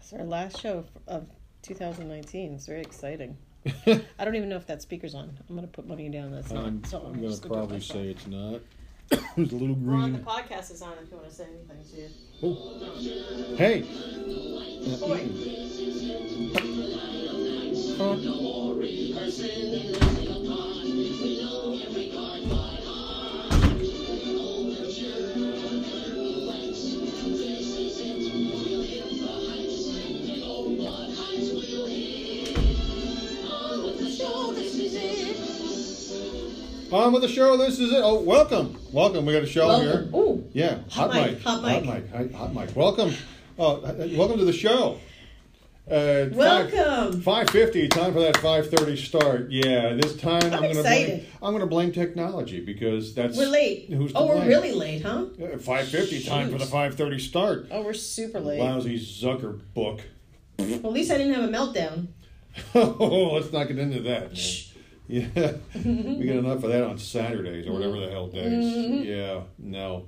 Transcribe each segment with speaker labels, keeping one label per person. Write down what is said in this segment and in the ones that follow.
Speaker 1: It's our last show of- of 2019. It's very exciting.
Speaker 2: I'm,
Speaker 1: I don't even know if that speaker's on. I'm gonna put money down that's not. so
Speaker 2: I'm
Speaker 1: I'm
Speaker 2: gonna
Speaker 1: just gonna do it
Speaker 2: probably
Speaker 1: myself.
Speaker 2: say it's not. it's a little
Speaker 1: Well, the
Speaker 2: green.
Speaker 1: podcast is on if you want to say anything to you.
Speaker 2: Oh. Hey. Not
Speaker 1: Oh, wait.
Speaker 2: eating. Huh? On with the show. This is it. Oh, welcome, welcome. We got a show Oh, here.
Speaker 1: Oh, Ooh,
Speaker 2: Yeah,
Speaker 1: Hot
Speaker 2: hot,
Speaker 1: mic,
Speaker 2: mic,
Speaker 1: hot mic.
Speaker 2: hot mic, hi- hot mic. Welcome, oh, uh, uh, welcome to the show. Uh,
Speaker 1: Welcome.
Speaker 2: Five fifty. Time for that five thirty start. Yeah, this time I'm, gonna
Speaker 1: excited.
Speaker 2: blame. I'm gonna blame technology because that's
Speaker 1: we're late.
Speaker 2: Who's
Speaker 1: oh, we're really late, huh?
Speaker 2: Five fifty. Time for the
Speaker 1: Shoot.
Speaker 2: five thirty start.
Speaker 1: Oh, we're super late.
Speaker 2: Lousy Zucker book.
Speaker 1: Well, at least I didn't have a meltdown.
Speaker 2: oh, let's not get into that. man. Yeah, we get enough of that on Saturdays or whatever the hell days. Yeah, no.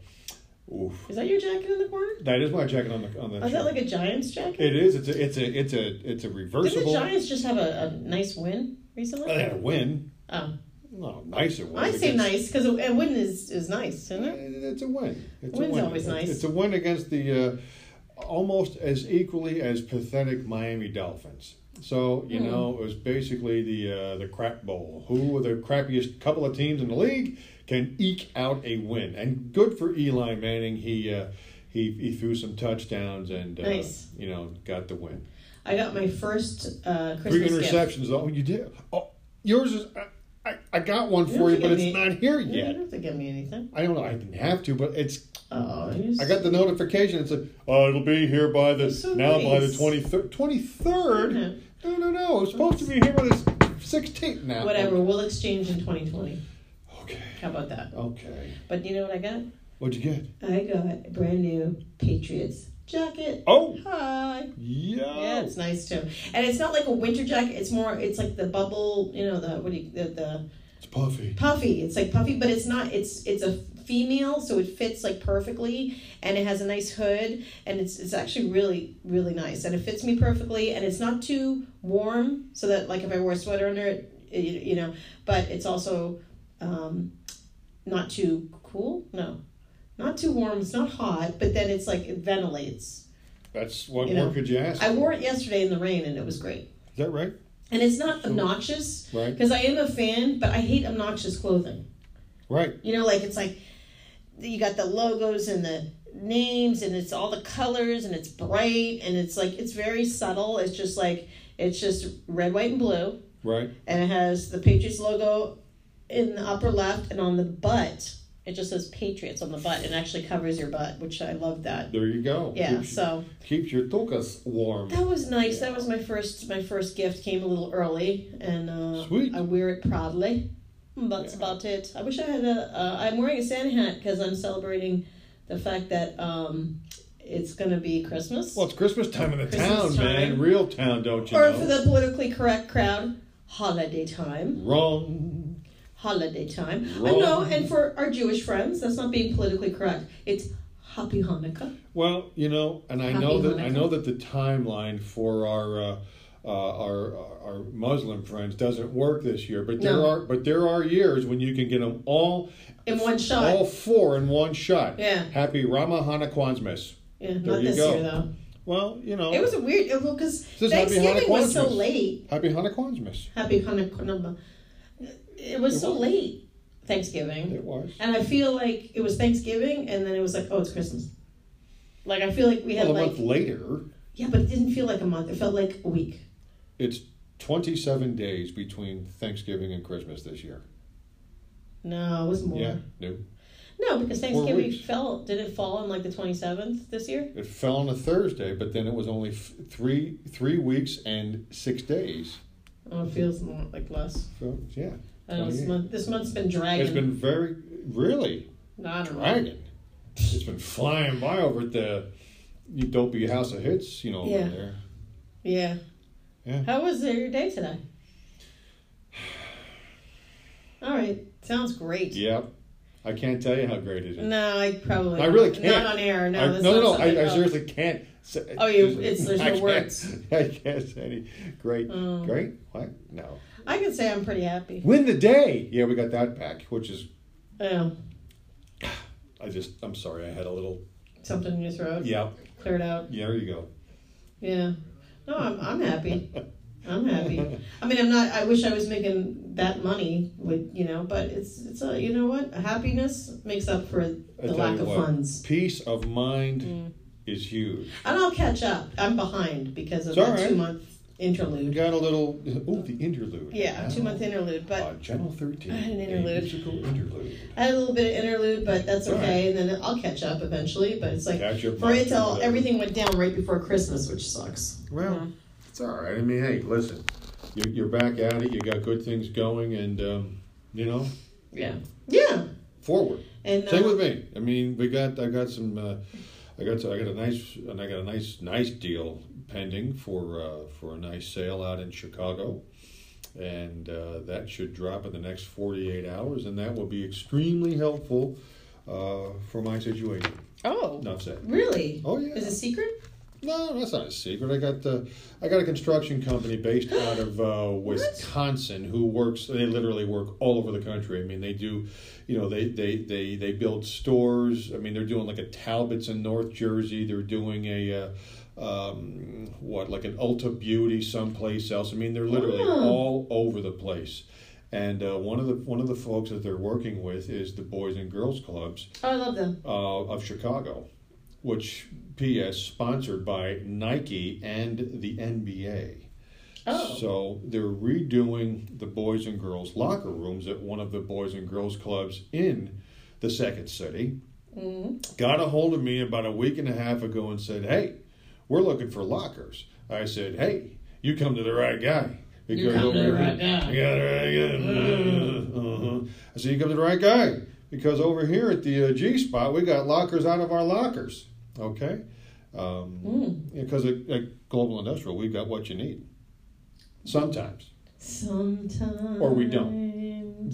Speaker 2: Oof.
Speaker 1: Is that your jacket in the corner?
Speaker 2: That is my jacket on the on the.
Speaker 1: Oh, is that
Speaker 2: chair.
Speaker 1: like a Giants jacket?
Speaker 2: It is. It's a. It's a. It's a. It's a
Speaker 1: Didn't the
Speaker 2: reversible.
Speaker 1: Giants just have a, a nice win recently?
Speaker 2: They had a win.
Speaker 1: oh,
Speaker 2: No, nice it was.
Speaker 1: I say
Speaker 2: against-
Speaker 1: nice because a, a win is, is nice, isn't it?
Speaker 2: It's a win. It's
Speaker 1: Win's
Speaker 2: a win.
Speaker 1: always nice.
Speaker 2: It's a win against the uh, almost as equally as pathetic Miami Dolphins. So
Speaker 1: Hmm.
Speaker 2: you know it was basically the uh, the crap bowl. Who were the crappiest couple of teams in the league can eke out a win? And good for Eli Manning. He uh, he he threw some touchdowns and uh,
Speaker 1: Nice.
Speaker 2: you know got the win.
Speaker 1: I got my first uh,
Speaker 2: Three
Speaker 1: Christmas gift.
Speaker 2: interceptions. Oh, you did. Oh, yours is. I, I, I got one
Speaker 1: You
Speaker 2: for you,
Speaker 1: don't
Speaker 2: but
Speaker 1: give
Speaker 2: it's
Speaker 1: me-
Speaker 2: not here
Speaker 1: You don't
Speaker 2: yet.
Speaker 1: have to give me anything.
Speaker 2: I don't know. I didn't have to, but it's.
Speaker 1: Oh, you
Speaker 2: I got the notification. It said, "Oh, it'll be here by the
Speaker 1: That's so
Speaker 2: now by the
Speaker 1: nice.
Speaker 2: twenty third. Twenty
Speaker 1: Yeah.
Speaker 2: third. No, no, no. It's supposed to be here by the sixteenth now.
Speaker 1: Whatever, we'll exchange in 2020.
Speaker 2: Okay.
Speaker 1: How about that?
Speaker 2: Okay.
Speaker 1: But you know what I got?
Speaker 2: What'd you get?
Speaker 1: I got a brand new Patriots jacket.
Speaker 2: Oh,
Speaker 1: Hi.
Speaker 2: yeah.
Speaker 1: Yeah, it's nice too, and it's not like a winter jacket. It's more, it's like the bubble, you know, the what do you, the, the
Speaker 2: It's puffy.
Speaker 1: puffy. It's like puffy, but it's not. It's it's a female, so it fits like perfectly, and it has a nice hood, and it's it's actually really really nice, and it fits me perfectly, and it's not too warm, so that like if I wore a sweater under it, it you know, but it's also um, not too cool. No, not too warm. It's not hot, but then it's like it ventilates.
Speaker 2: That's what
Speaker 1: You
Speaker 2: more
Speaker 1: know,
Speaker 2: could you ask?
Speaker 1: I wore it yesterday in the rain, and it was great.
Speaker 2: Is that right?
Speaker 1: And it's not obnoxious
Speaker 2: Right.
Speaker 1: because I am a fan, but I hate obnoxious clothing.
Speaker 2: Right.
Speaker 1: You know, like it's like you got the logos and the names, and it's all the colors, and it's bright, and it's like it's very subtle. It's just like it's just red, white, and blue,
Speaker 2: Right.
Speaker 1: and it has the Patriots logo in the upper left and on the butt. It just says Patriots on the butt and actually covers your butt, which I love that.
Speaker 2: There you go.
Speaker 1: Yeah,
Speaker 2: Keeps,
Speaker 1: so
Speaker 2: keeps your tokas warm.
Speaker 1: that was nice. That was my first my first gift. Came a little early, and uh,
Speaker 2: Sweet.
Speaker 1: I wear it proudly. That's
Speaker 2: Yeah.
Speaker 1: about it. I wish I had a. Uh, I'm wearing a Santa hat because I'm celebrating the fact that um, it's gonna be Christmas.
Speaker 2: Well, it's Christmas time in the
Speaker 1: Christmas
Speaker 2: town,
Speaker 1: time.
Speaker 2: man. Real town, don't you
Speaker 1: or
Speaker 2: know?
Speaker 1: for the politically correct crowd, holiday time.
Speaker 2: Wrong.
Speaker 1: Holiday time. I
Speaker 2: Wrong.
Speaker 1: know, and for our Jewish friends, that's not being politically correct. It's Happy Hanukkah.
Speaker 2: Well, you know, and I
Speaker 1: Happy
Speaker 2: know that I
Speaker 1: Hanukkah.
Speaker 2: know that the timeline for our uh, uh, our our Muslim friends doesn't work this year, but there
Speaker 1: No.
Speaker 2: are but there are years when you can get them all
Speaker 1: In one shot.
Speaker 2: all four in one shot.
Speaker 1: Yeah.
Speaker 2: Happy Rama Hanukkah's.
Speaker 1: Yeah,
Speaker 2: There
Speaker 1: not
Speaker 2: you
Speaker 1: this
Speaker 2: go.
Speaker 1: year though.
Speaker 2: Well, you know,
Speaker 1: It was a weird because
Speaker 2: This is Happy
Speaker 1: Thanksgiving was so
Speaker 2: Hanukkah.
Speaker 1: late.
Speaker 2: Happy Hanukkah's.
Speaker 1: Happy Hanukkah. number. It was so late, Thanksgiving.
Speaker 2: It was.
Speaker 1: And I feel like it was Thanksgiving, and then it was like, oh, it's Christmas. Like, I feel like we had
Speaker 2: Well, a
Speaker 1: like.
Speaker 2: month later,
Speaker 1: Yeah, but it didn't feel like a month. It felt like a week.
Speaker 2: it's 27 days between Thanksgiving and Christmas this year.
Speaker 1: No, it was more.
Speaker 2: Yeah, no.
Speaker 1: No, because Thanksgiving
Speaker 2: weeks.
Speaker 1: fell. Did it fall on like the 27th this year?
Speaker 2: It fell on a Thursday, but then it was only f- three three weeks and six days.
Speaker 1: Oh, it feels more like less.
Speaker 2: So yeah,
Speaker 1: I don't know. This,
Speaker 2: Yeah.
Speaker 1: month, this month's been dragging.
Speaker 2: It's been very, really
Speaker 1: No, I don't know.
Speaker 2: dragging. It's been flying by over at the Utopia House of Hits, you know,
Speaker 1: Yeah.
Speaker 2: over there.
Speaker 1: Yeah.
Speaker 2: Yeah.
Speaker 1: How was uh, your day today? All right. Sounds great.
Speaker 2: Yep. I can't tell you how great it is.
Speaker 1: No, I probably.
Speaker 2: I really can't.
Speaker 1: Not on air. No,
Speaker 2: I,
Speaker 1: that's
Speaker 2: no, no,
Speaker 1: not
Speaker 2: no. I,
Speaker 1: something-
Speaker 2: I
Speaker 1: oh.
Speaker 2: seriously can't. Say,
Speaker 1: Oh, you- it's- there's no
Speaker 2: I can't-
Speaker 1: words. Oh.
Speaker 2: I can't say any. Great, great. What? No.
Speaker 1: I can say I'm pretty happy.
Speaker 2: Win the day. Yeah, we got that back, which is.
Speaker 1: Oh,
Speaker 2: I just. I'm sorry. I had a little.
Speaker 1: something in your throat.
Speaker 2: Yeah.
Speaker 1: Cleared out.
Speaker 2: Yeah. There you go.
Speaker 1: Yeah. No, I'm I'm happy. I'm happy. I mean, I'm not. I wish I was making that money with you know, but it's it's a you know what happiness makes up for
Speaker 2: I
Speaker 1: the
Speaker 2: tell
Speaker 1: lack
Speaker 2: you
Speaker 1: of
Speaker 2: what,
Speaker 1: funds.
Speaker 2: Peace of mind is huge.
Speaker 1: And I'll catch up. I'm behind because of
Speaker 2: It's
Speaker 1: that
Speaker 2: all right.
Speaker 1: two month
Speaker 2: We
Speaker 1: interlude.
Speaker 2: got a little. Oh, the interlude.
Speaker 1: Yeah, two month interlude, but.
Speaker 2: Uh, Channel 13.
Speaker 1: I had an
Speaker 2: a
Speaker 1: interlude.
Speaker 2: musical interlude.
Speaker 1: I had a little bit of interlude, but that's
Speaker 2: All
Speaker 1: okay. And then I'll catch up eventually. But it's like
Speaker 2: Catch up,
Speaker 1: for
Speaker 2: Mike.
Speaker 1: until everything went down right before Christmas, which sucks.
Speaker 2: Well, it's all right. I mean, hey, listen, you're, you're back at it. You got good things going, and um, you know,
Speaker 1: Yeah. Yeah.
Speaker 2: forward.
Speaker 1: And uh,
Speaker 2: Same with me. I mean, we got. I got some. Uh, I got. I got a nice. And I got a nice, nice deal pending for uh, for a nice sale out in Chicago, and uh, that should drop in the next forty eight hours, and that will be extremely helpful uh, for my situation.
Speaker 3: Oh.
Speaker 2: Enough said.
Speaker 1: really,
Speaker 2: Oh yeah.
Speaker 1: is it secret?
Speaker 2: No, that's not a secret. I got the, I got a construction company based out of uh, Wisconsin who works. They literally work all over the country. I mean, they do, you know, they they they they build stores. I mean, they're doing like a Talbots in North Jersey. They're doing a. Uh, um, what like an Ulta Beauty someplace else? I mean, they're literally
Speaker 1: Ah.
Speaker 2: all over the place, and uh, one of the one of the folks that they're working with is the Boys and Girls Clubs,
Speaker 1: Oh, I love them.
Speaker 2: uh, of Chicago, which P.S. sponsored by Nike and the NBA.
Speaker 1: Oh.
Speaker 2: So they're redoing the boys and girls locker rooms at one of the boys and girls clubs in the second city.
Speaker 1: Mm-hmm.
Speaker 2: Got a hold of me about a week and a half ago and said, "Hey, we're looking for lockers." I said, "Hey, you come to the right guy." Because
Speaker 1: come to the
Speaker 2: over here-
Speaker 1: right guy. Mm-hmm.
Speaker 2: You got the right guy. Uh-huh. I said, "You come to the right guy," because over here at the uh, G spot, we got lockers out of our lockers. Okay, because
Speaker 1: Mm-hmm. Mm.
Speaker 2: um, yeah, 'cause at, at Global Industrial, we've got what you need. Sometimes,
Speaker 1: Sometimes.
Speaker 2: Or we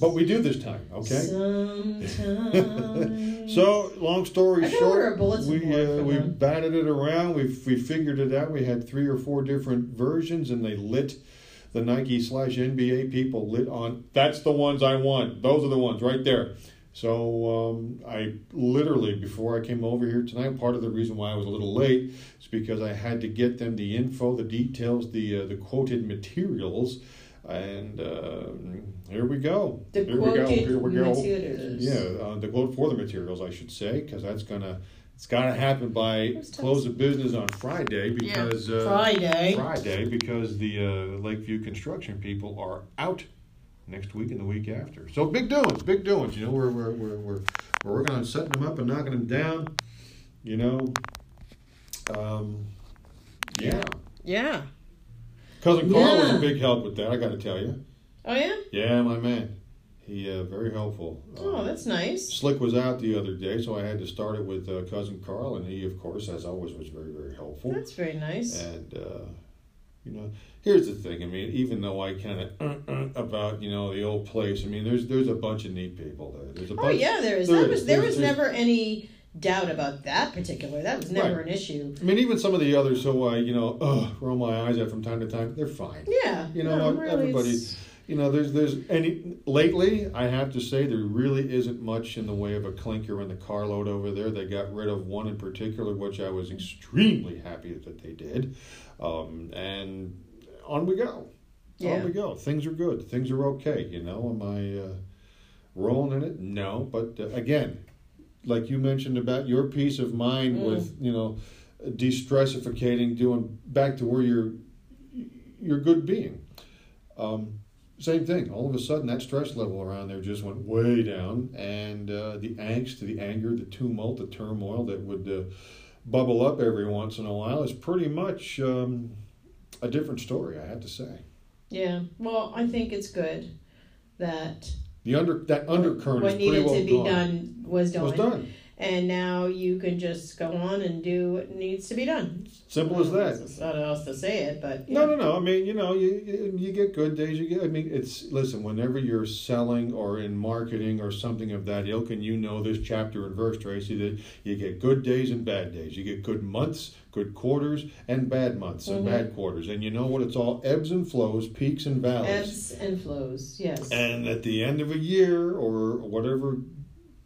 Speaker 2: but we do this time. Okay.
Speaker 1: Sometimes.
Speaker 2: So, long story
Speaker 1: I gotta order
Speaker 2: short,
Speaker 1: a bulletin
Speaker 2: we
Speaker 1: board
Speaker 2: uh,
Speaker 1: for
Speaker 2: we
Speaker 1: them.
Speaker 2: batted it around. We we figured it out. We had three or four different versions, and they lit. The Nike slash NBA people lit on. That's the ones I want. Those are the ones right there. So um, I literally before I came over here tonight, part of the reason why I was a little late is because I had to get them the info, the details, the uh, the quoted materials, and uh, here we go.
Speaker 1: the
Speaker 2: here we go.
Speaker 1: quoted
Speaker 2: Here we go.
Speaker 1: materials.
Speaker 2: Yeah, uh, the quote for the materials, I should say, because that's gonna it's gotta happen by
Speaker 3: tough.
Speaker 2: close of business on Friday because uh,
Speaker 1: Friday.
Speaker 2: Friday because the uh, Lakeview construction people are out next week and the week after. So big doings, big doings. You know, we're we're we're we're, we're working on setting them up and knocking them down. You know, um, yeah.
Speaker 3: Yeah.
Speaker 2: Cousin Carl was
Speaker 1: Yeah.
Speaker 2: a big help with that. I got to tell you.
Speaker 1: Oh yeah.
Speaker 2: Yeah, my man. He uh, very helpful.
Speaker 1: Oh,
Speaker 2: Um,
Speaker 1: that's nice.
Speaker 2: Slick was out the other day, so I had to start it with uh, cousin Carl, and he, of course, as always, was very, very helpful.
Speaker 1: That's very nice.
Speaker 2: And uh, you know, here's the thing. I mean, even though I kind of uh, uh, about you know the old place, I mean, there's there's a bunch of neat people there. There's a
Speaker 1: Oh
Speaker 2: bunch.
Speaker 1: yeah, there is.
Speaker 2: there
Speaker 1: There
Speaker 2: is,
Speaker 1: was there
Speaker 2: there
Speaker 1: was
Speaker 2: is.
Speaker 1: never any doubt about that particular. That was never
Speaker 2: Right.
Speaker 1: an issue.
Speaker 2: I mean, even some of the others who I you know uh, roll my eyes at from time to time, they're fine.
Speaker 1: Yeah.
Speaker 2: You know,
Speaker 1: no,
Speaker 2: what,
Speaker 1: really,
Speaker 2: everybody's-
Speaker 1: it's-
Speaker 2: You know, there's there's any lately. I have to say there really isn't much in the way of a clinker in the carload over there. They got rid of one in particular, which I was extremely happy that they did, um, and on we go.
Speaker 1: Yeah.
Speaker 2: On we go. Things are good. Things are okay. You know, am I uh, rolling in it? No, but uh, again, like you mentioned about your peace of mind with you know, de-stressificating, doing back to where you're your good being. Um, same thing. All of a sudden, that stress level around there just went way down, and uh, the angst, the anger, the tumult, the turmoil that would uh, bubble up every once in a while is pretty much um, a different story. I have to say.
Speaker 1: Yeah. Well, I think it's good that
Speaker 2: The under that undercurrent
Speaker 1: what
Speaker 2: is pretty
Speaker 1: needed
Speaker 2: well
Speaker 1: to be
Speaker 2: gone.
Speaker 1: done was done.
Speaker 2: Was done.
Speaker 1: and now you can just go on and do what needs to be done.
Speaker 2: Simple as that.
Speaker 1: It's not else to say it, but
Speaker 2: No, no, no. I mean, you know, you- you you get good days. You get. I mean, it's listen. Whenever you're selling or in marketing or something of that ilk, and you know this chapter and verse, Tracy, that you get good days and bad days. You get good months, good quarters, and bad months
Speaker 1: Mm-hmm.
Speaker 2: and bad quarters. And you know what? It's all ebbs and flows, peaks and valleys.
Speaker 1: ebbs and flows. Yes.
Speaker 2: And at the end of a year or whatever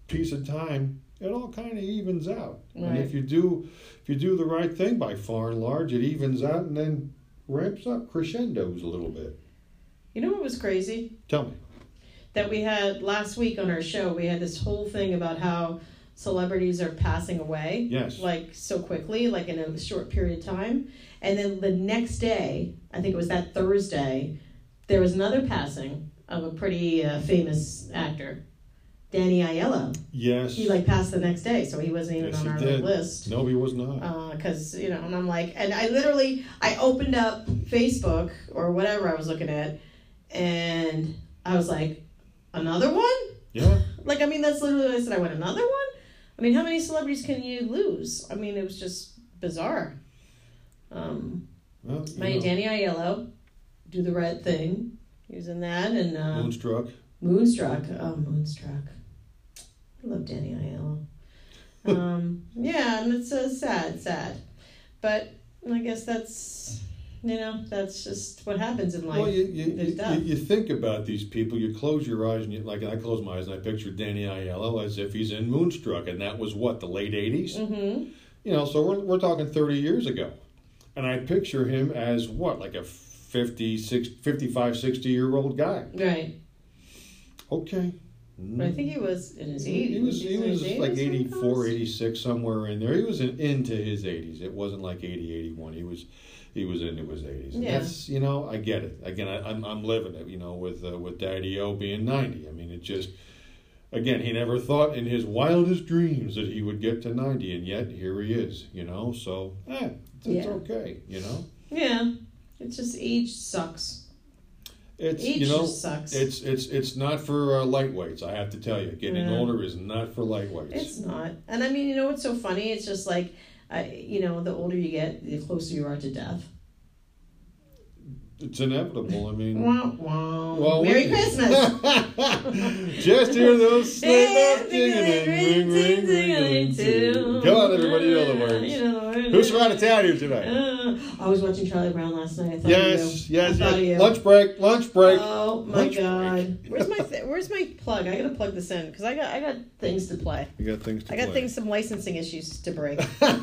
Speaker 2: piece of time, it all kind of evens out. And if
Speaker 1: Right.
Speaker 2: you do, if you do the right thing by far and large, it evens out and then ramps up, crescendos a little bit.
Speaker 1: you know what was crazy?
Speaker 2: Tell me.
Speaker 1: that we had last week on our show. We had this whole thing about how celebrities are passing away
Speaker 2: Yes.
Speaker 1: like so quickly, like in a short period of time. And then the next day, I think it was that Thursday, there was another passing of a pretty uh, famous actor, Danny Aiello.
Speaker 2: Yes.
Speaker 1: He like passed the next day, so he wasn't even
Speaker 2: Yes,
Speaker 1: on
Speaker 2: he
Speaker 1: our
Speaker 2: did.
Speaker 1: list.
Speaker 2: no, he was not.
Speaker 1: Oh. Because you know, and I'm like, and I literally, I opened up Facebook or whatever I was looking at, and I was like, another one.
Speaker 2: yeah.
Speaker 1: Like, I mean, that's literally what I said. I went, another one? I mean, how many celebrities can you lose? I mean, it was just bizarre. Um,
Speaker 2: Well, you
Speaker 1: my
Speaker 2: know,
Speaker 1: Danny Aiello, Do the Right Thing. He was in that. And uh,
Speaker 2: Moonstruck.
Speaker 1: Moonstruck. Oh, Moonstruck. I love Danny Aiello. Um, yeah, and it's uh, sad, sad. But I guess that's, you know, that's just what happens in life.
Speaker 2: well, you, you,
Speaker 1: there's
Speaker 2: you,
Speaker 1: death.
Speaker 2: you think about these people, you close your eyes, and you, like I close my eyes and I picture Danny Aiello as if he's in Moonstruck, and that was what, the late 80s?
Speaker 1: mm-hmm.
Speaker 2: You know, so we're, we're talking 30 years ago. And I picture him as what, like a 50, 60, 55, 60 year old guy.
Speaker 1: Right.
Speaker 2: Okay.
Speaker 1: But I think he was in his 80s.
Speaker 2: He was, he
Speaker 1: in his
Speaker 2: was
Speaker 1: 80s
Speaker 2: like
Speaker 1: when he
Speaker 2: 84,
Speaker 1: passed?
Speaker 2: 86, somewhere in there. He was in, into his 80s. It wasn't like 80, 81. He was, he was into his 80s. And
Speaker 1: Yeah.
Speaker 2: That's, you know, I get it. Again, I, I'm, I'm living it, you know, with, uh, with Daddy O being 90. I mean, it just, again, he never thought in his wildest dreams that he would get to 90, and yet here he is, you know? So, eh, it's, it's
Speaker 1: Yeah.
Speaker 2: okay, you know?
Speaker 1: Yeah. It's just age sucks.
Speaker 2: It's,
Speaker 1: Age
Speaker 2: you know,
Speaker 1: just sucks. It's,
Speaker 2: It's it's it's not for uh, lightweights. I have to tell you, getting
Speaker 1: Yeah.
Speaker 2: older is not for lightweights.
Speaker 1: not. And I mean, you know what's so funny? It's just like, I, you know, the older you get, the closer you are to death.
Speaker 2: It's inevitable. I mean,
Speaker 1: Wow, wow.
Speaker 2: Mm. Well,
Speaker 1: Merry
Speaker 2: we-
Speaker 1: Christmas.
Speaker 2: just hear those sleigh bells jingling, ring, ring, ring, ring. Come on, everybody, you know the
Speaker 1: You
Speaker 2: words.
Speaker 1: know the words.
Speaker 2: Who's from out of town here tonight?
Speaker 1: Uh, I was watching Charlie Brown last night. I thought
Speaker 2: Yes,
Speaker 1: of you. I
Speaker 2: yes,
Speaker 1: thought of you.
Speaker 2: yes. Lunch break, lunch break.
Speaker 1: Oh my
Speaker 2: Lunch break.
Speaker 1: god! Where's my th- Where's my plug? I gotta plug this in because I got I got things to play.
Speaker 2: We got things to
Speaker 1: I got
Speaker 2: play.
Speaker 1: things some licensing issues to break.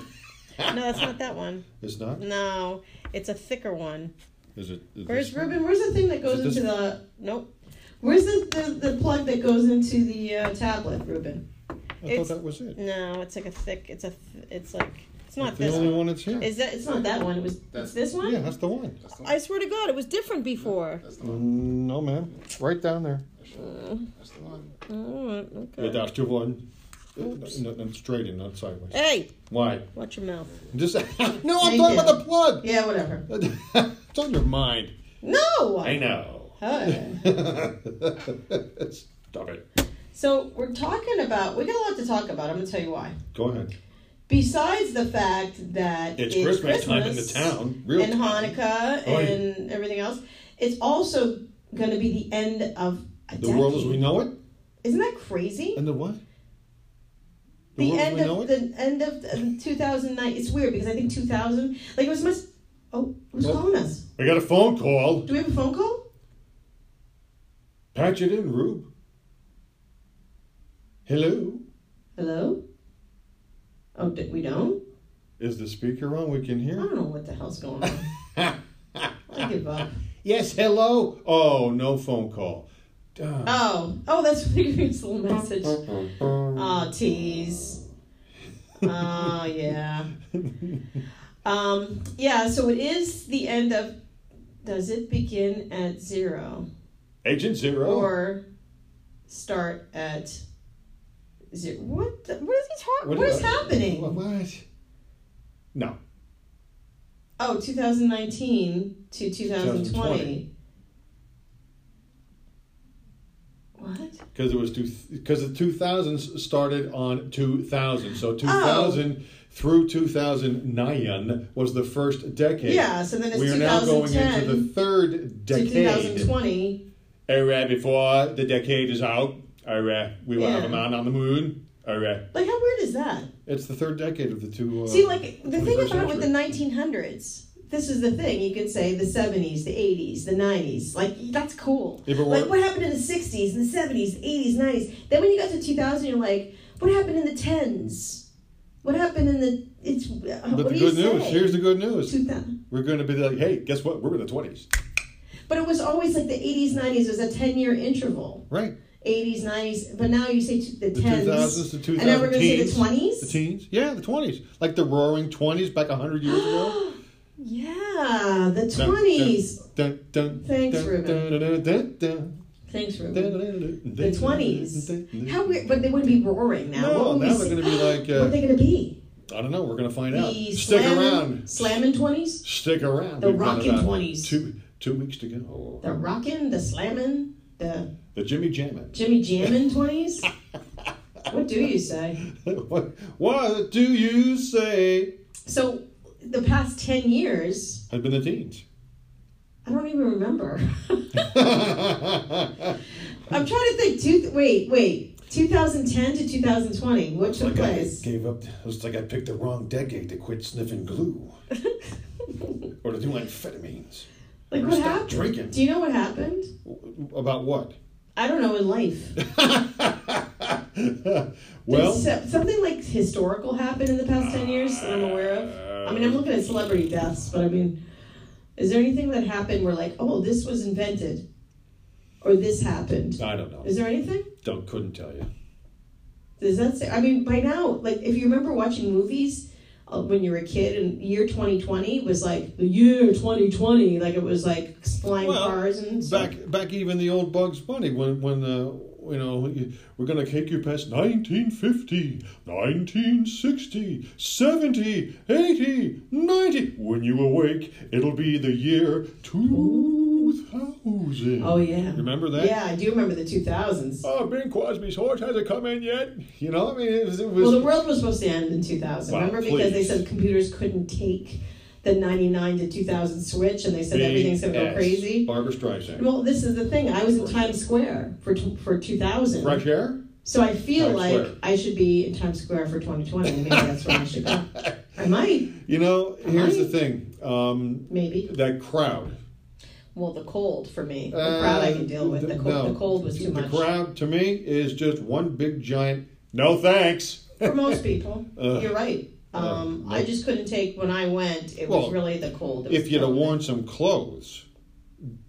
Speaker 1: No, that's not that one.
Speaker 2: it's not.
Speaker 1: No, it's a thicker one.
Speaker 2: Is it? is
Speaker 1: Where's
Speaker 2: this-
Speaker 1: Ruben? Where's the thing that goes
Speaker 2: Is it this
Speaker 1: into the? Nope. Where's the, the, the plug that goes into the uh, tablet, Ruben?
Speaker 2: I thought
Speaker 1: It's-
Speaker 2: that was it.
Speaker 1: No, it's like a thick. It's a. Th- it's like. It's not
Speaker 2: That's the
Speaker 1: this
Speaker 2: only
Speaker 1: one.
Speaker 2: one that's here.
Speaker 1: Is that? It's not that one. It was. It's this one.
Speaker 2: Yeah, that's the one.
Speaker 3: That's the one.
Speaker 1: I swear to God, it was different before.
Speaker 3: That's the
Speaker 2: Mm,
Speaker 3: one.
Speaker 2: No, ma'am. Right down there.
Speaker 3: That's the one.
Speaker 1: Oh,
Speaker 2: Yeah,
Speaker 1: okay.
Speaker 2: that's the one. No, no, straight in, not sideways.
Speaker 1: Hey,
Speaker 2: Why?
Speaker 1: watch your mouth.
Speaker 2: Just no. I'm
Speaker 1: Thank
Speaker 2: talking
Speaker 1: you.
Speaker 2: about the plug.
Speaker 1: Yeah, whatever.
Speaker 2: it's on your mind.
Speaker 1: No.
Speaker 2: I know.
Speaker 1: Hi.
Speaker 2: Stop it.
Speaker 1: So we're talking about. We got a lot to talk about. I'm gonna tell you why.
Speaker 2: Go ahead.
Speaker 1: Besides the fact that
Speaker 2: It's, Christmas, time in the
Speaker 1: Christmas,
Speaker 2: town. Real
Speaker 1: and Hanukkah
Speaker 2: Oh, yeah.
Speaker 1: and everything else. It's also going to be the end of a
Speaker 2: The world as
Speaker 1: decade.
Speaker 2: we know it.
Speaker 1: Isn't that crazy?
Speaker 2: And the what? The,
Speaker 1: The,
Speaker 2: world
Speaker 1: end
Speaker 2: as we know
Speaker 1: of
Speaker 2: it.
Speaker 1: the end of um, 2009. It's weird because I think 2000. Like it was much. Oh, who's
Speaker 2: Oh.
Speaker 1: calling us?
Speaker 2: I got a phone call.
Speaker 1: Do we have a phone call?
Speaker 2: Patch it in, Rube. Hello.
Speaker 1: Hello. Oh, d- we don't.
Speaker 2: Is the speaker on? We can
Speaker 1: I
Speaker 2: hear.
Speaker 1: don't know what the hell's going on. I give up.
Speaker 2: Yes. Hello. Oh, no phone call. Duh.
Speaker 1: Oh, oh, that's what it is, a little message. Oh, tease. Oh, yeah. Um, yeah, so it is the end of. Does it begin at zero
Speaker 2: Agent Zero.
Speaker 1: or start at zero? What? The, what is he talking?
Speaker 2: What
Speaker 1: what is
Speaker 2: is-
Speaker 1: happening?
Speaker 2: Wha- What? No.
Speaker 1: Oh, 2019 to 2020. What?
Speaker 2: because it was two because the two thousands started on two thousand. So two
Speaker 1: Oh.
Speaker 2: thousand through two thousand nine was the first decade.
Speaker 1: Yeah, so then it's
Speaker 2: we are now going into
Speaker 1: 2010
Speaker 2: the third
Speaker 1: to
Speaker 2: decade.
Speaker 1: 2020.
Speaker 2: Era before the decade is out. Era we will have
Speaker 1: Yeah.
Speaker 2: a man on the moon. Era
Speaker 1: Like, how weird is that?
Speaker 2: it's the third decade of the two. Uh,
Speaker 1: See, like the thing
Speaker 2: 21st
Speaker 1: about with the
Speaker 2: century.
Speaker 1: 1900s, this is the thing. You could say the 70s, the 80s, the 90s. Like that's cool.
Speaker 2: Yeah, but
Speaker 1: like
Speaker 2: what-
Speaker 1: what happened in the 60s, and the 70s, 80s, 90s. Then when you got to 2000, you're like, what happened in the 10s? What happened in the? It's. uh,
Speaker 2: But
Speaker 1: what
Speaker 2: the
Speaker 1: do you
Speaker 2: good news.
Speaker 1: say?
Speaker 2: Here's the good news.
Speaker 1: 2000.
Speaker 2: We're going to be like, hey, guess what? We're in the twenties,
Speaker 1: But it was always like the 80s, 90s was a 10 year interval.
Speaker 2: right?
Speaker 1: 80s, 90s. But now you say t- the
Speaker 2: The
Speaker 1: 10s.
Speaker 2: 2000s, the
Speaker 1: and now we're going to say
Speaker 2: 2010s.
Speaker 1: the 20s?
Speaker 2: The teens, yeah, the twenties, like the Roaring Twenties back hundred years ago.
Speaker 1: yeah, the 20s.
Speaker 2: Dun, dun,
Speaker 1: Thanks,
Speaker 2: dun,
Speaker 1: Ruben.
Speaker 2: dun, dun, dun, dun,
Speaker 1: Thanks,
Speaker 2: dun,
Speaker 1: Ruben.
Speaker 2: dun, dun, dun,
Speaker 1: The
Speaker 2: dun,
Speaker 1: twenties.
Speaker 2: dun, dun, dun.
Speaker 1: How weird! But they wouldn't be roaring now.
Speaker 2: No,
Speaker 1: What would
Speaker 2: now
Speaker 1: we
Speaker 2: they're
Speaker 1: say?
Speaker 2: gonna be like, uh,
Speaker 1: what are they going to be?
Speaker 2: I don't know. We're gonna find out.
Speaker 1: The
Speaker 2: Stick
Speaker 1: slamming-
Speaker 2: around.
Speaker 1: slamming twenties,
Speaker 2: Stick around.
Speaker 1: The
Speaker 2: We've got
Speaker 1: Rockin'
Speaker 2: about
Speaker 1: 20s.
Speaker 2: Two two weeks to go.
Speaker 1: the rockin', the slamming, the
Speaker 2: The Jimmy Jammin.
Speaker 1: Jimmy Jammin' twenties. what do you say?
Speaker 2: what, what do you say?
Speaker 1: So the past ten years,
Speaker 2: Had been the teens.
Speaker 1: I don't even remember.
Speaker 2: Like
Speaker 1: I'm trying to think. Two, wait, wait. 2010 to 2020. What took
Speaker 2: I
Speaker 1: place?
Speaker 2: gave up. It's like I picked the wrong decade to quit sniffing glue or to do amphetamines.
Speaker 1: like
Speaker 2: or
Speaker 1: what
Speaker 2: stop
Speaker 1: happened?
Speaker 2: drinking.
Speaker 1: Do you know what happened?
Speaker 2: About what?
Speaker 1: I don't know. In life, Did
Speaker 2: well,
Speaker 1: so- something like historical happened in the past ten years that I'm aware of. I mean, I'm
Speaker 2: Uh,
Speaker 1: looking at celebrity deaths, but I mean, is there anything that happened where like, oh, this was invented, or this happened?
Speaker 2: I don't know.
Speaker 1: Is there anything?
Speaker 2: Don't couldn't tell you.
Speaker 1: Does that say? I mean, by now, like if you remember watching movies uh, when you were a kid, and year 2020 was like the year 2020, like it was like flying
Speaker 2: Well,
Speaker 1: cars and stuff.
Speaker 2: Back back even the old Bugs Bunny when when uh, you know you- we're gonna take you past 1950, 1960, 70, 80, 90. When you awake, it'll be the year 2000.
Speaker 1: Oh yeah.
Speaker 2: Remember that?
Speaker 1: Yeah, I do remember the 2000s.
Speaker 2: Oh, Bing Crosby's horse hasn't come in yet. You know, I mean, it was, it was
Speaker 1: Well, the world was supposed to end in 2000.
Speaker 2: Wow,
Speaker 1: remember, because they
Speaker 2: please.
Speaker 1: said computers couldn't take the 99 to 2000 switch, and they said everything's going to go
Speaker 2: BS.
Speaker 1: crazy.
Speaker 2: Barbara Streisand.
Speaker 1: Well, this is the thing. I was in Times Square for t- for 2000.
Speaker 2: Fresh air?
Speaker 1: So I feel
Speaker 2: Times
Speaker 1: like
Speaker 2: Square.
Speaker 1: I should be in Times Square for 2020. Maybe that's where I should go. I might,
Speaker 2: You know, here's the
Speaker 1: Right.
Speaker 2: thing. Um,
Speaker 1: maybe.
Speaker 2: that crowd.
Speaker 1: Well, the cold for me. The crowd I can deal with. The
Speaker 2: Uh,
Speaker 1: cold,
Speaker 2: no.
Speaker 1: the cold was too much
Speaker 2: The crowd to me is just one big giant. No thanks.
Speaker 1: for most people.
Speaker 2: Ugh.
Speaker 1: You're right. Um, I just couldn't take when I went. It
Speaker 2: uh, Well,
Speaker 1: was really the cold. It was
Speaker 2: If you'd have
Speaker 1: cold.
Speaker 2: worn some clothes,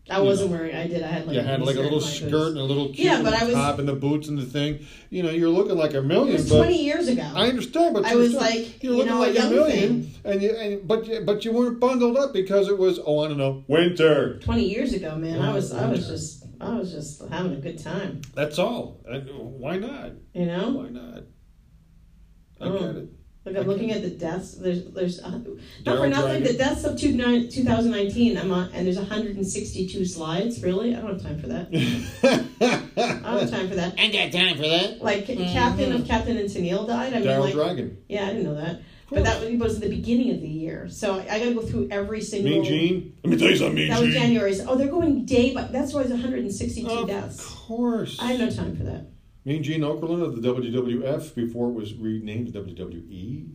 Speaker 1: I wasn't wearing. I did. I had like
Speaker 2: you had like a little
Speaker 1: in my
Speaker 2: skirt and
Speaker 1: boots.
Speaker 2: a little cute
Speaker 1: Yeah, but I was-
Speaker 2: top and the boots and the thing. You know, you're looking like a
Speaker 1: It
Speaker 2: million.
Speaker 1: was
Speaker 2: but
Speaker 1: twenty years ago.
Speaker 2: I understand, but
Speaker 1: I
Speaker 2: you're
Speaker 1: was
Speaker 2: still-
Speaker 1: like,
Speaker 2: you're
Speaker 1: you
Speaker 2: looking
Speaker 1: know, a
Speaker 2: like
Speaker 1: young
Speaker 2: million, and you and but you, but you weren't bundled up because it was oh I don't know winter.
Speaker 1: twenty years ago, man. I was. I was
Speaker 2: Yeah.
Speaker 1: just. I was just having a good time.
Speaker 2: That's all. And why not?
Speaker 1: You know.
Speaker 2: Why not? I
Speaker 1: Oh.
Speaker 2: get it.
Speaker 1: Like I'm looking at the deaths. There's there's uh, not for nothing.
Speaker 2: Daryl Dragon.
Speaker 1: The deaths of two, nine, 2019. I'm on, and there's 162 slides. Really, I don't have time for that. I don't have time for that.
Speaker 3: I got time for that.
Speaker 1: Like Captain of Captain and Tennille died. I mean,
Speaker 2: Daryl
Speaker 1: like
Speaker 2: Dragon,
Speaker 1: yeah, I didn't know that. But that was- was the beginning of the year, so I, I got to go through every single.
Speaker 2: Mean Gene. Let me tell you something, Mean
Speaker 1: That was
Speaker 2: Gene.
Speaker 1: January. So, oh, they're going day by. That's why it's 162
Speaker 2: Of
Speaker 1: deaths.
Speaker 2: course.
Speaker 1: I have no time for that.
Speaker 2: Mean Gene Okerlund of the WWF before it was renamed WWE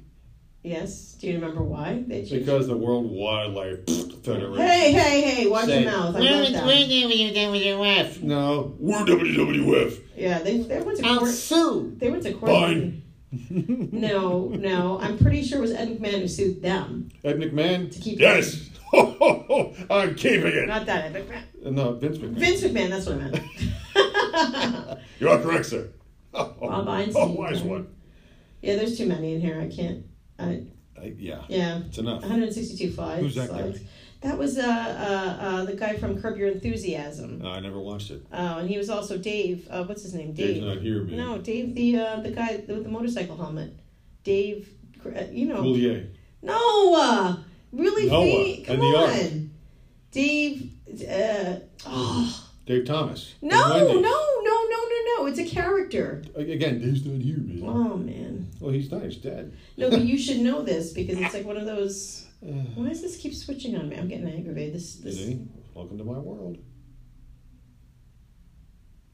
Speaker 1: Yes. Do you remember why they changed?
Speaker 2: E? because the World Wildlife Federation.
Speaker 1: Hey, hey, hey! Watch
Speaker 2: Say,
Speaker 1: your mouth. I
Speaker 3: Where
Speaker 1: love
Speaker 3: did
Speaker 1: that.
Speaker 3: you do with your wife?
Speaker 2: No, we're WWF.
Speaker 1: Yeah, they they went to
Speaker 3: I'll
Speaker 1: court.
Speaker 3: sue.
Speaker 1: They went to court.
Speaker 2: Fine.
Speaker 1: no, no. I'm pretty sure it was Ed McMahon who sued them
Speaker 2: Ed McMahon.
Speaker 1: to keep.
Speaker 2: Yes. Ho, ho, ho. I'm keeping it.
Speaker 1: Not that Ed McMahon.
Speaker 2: Uh, No, Vince McMahon.
Speaker 1: Vince McMahon. That's what I meant.
Speaker 2: You are correct, sir.
Speaker 1: Bob Einstein.
Speaker 2: Oh, wise one.
Speaker 1: yeah, there's too many in here. I can't. I,
Speaker 2: Uh, yeah,
Speaker 1: yeah.
Speaker 2: it's enough.
Speaker 1: 162 slides.
Speaker 2: Who's that
Speaker 1: slides.
Speaker 2: guy?
Speaker 1: That was uh, uh, uh, the guy from Curb Your Enthusiasm.
Speaker 2: No, I never watched it.
Speaker 1: Oh, and he was also Dave. Uh, what's his name?
Speaker 2: Dave's
Speaker 1: Dave.
Speaker 2: not here, man.
Speaker 1: No, Dave, the uh, the guy with the motorcycle helmet. Dave, uh, you know.
Speaker 2: Coulier.
Speaker 1: No, uh, really?
Speaker 2: Noah
Speaker 1: fa- Come
Speaker 2: and the
Speaker 1: on.
Speaker 2: Ark.
Speaker 1: Dave. Uh, oh.
Speaker 2: Dave Thomas.
Speaker 1: No,
Speaker 2: Wendy.
Speaker 1: no, no, no, no, no. it's a character.
Speaker 2: Again, he's not here, man.
Speaker 1: Oh man.
Speaker 2: Well, he's not. He's dead.
Speaker 1: No, but you should know this because it's like one of those.
Speaker 2: Uh,
Speaker 1: Why does this keep switching on me? I'm getting aggravated. This this.
Speaker 2: See? Welcome to my world.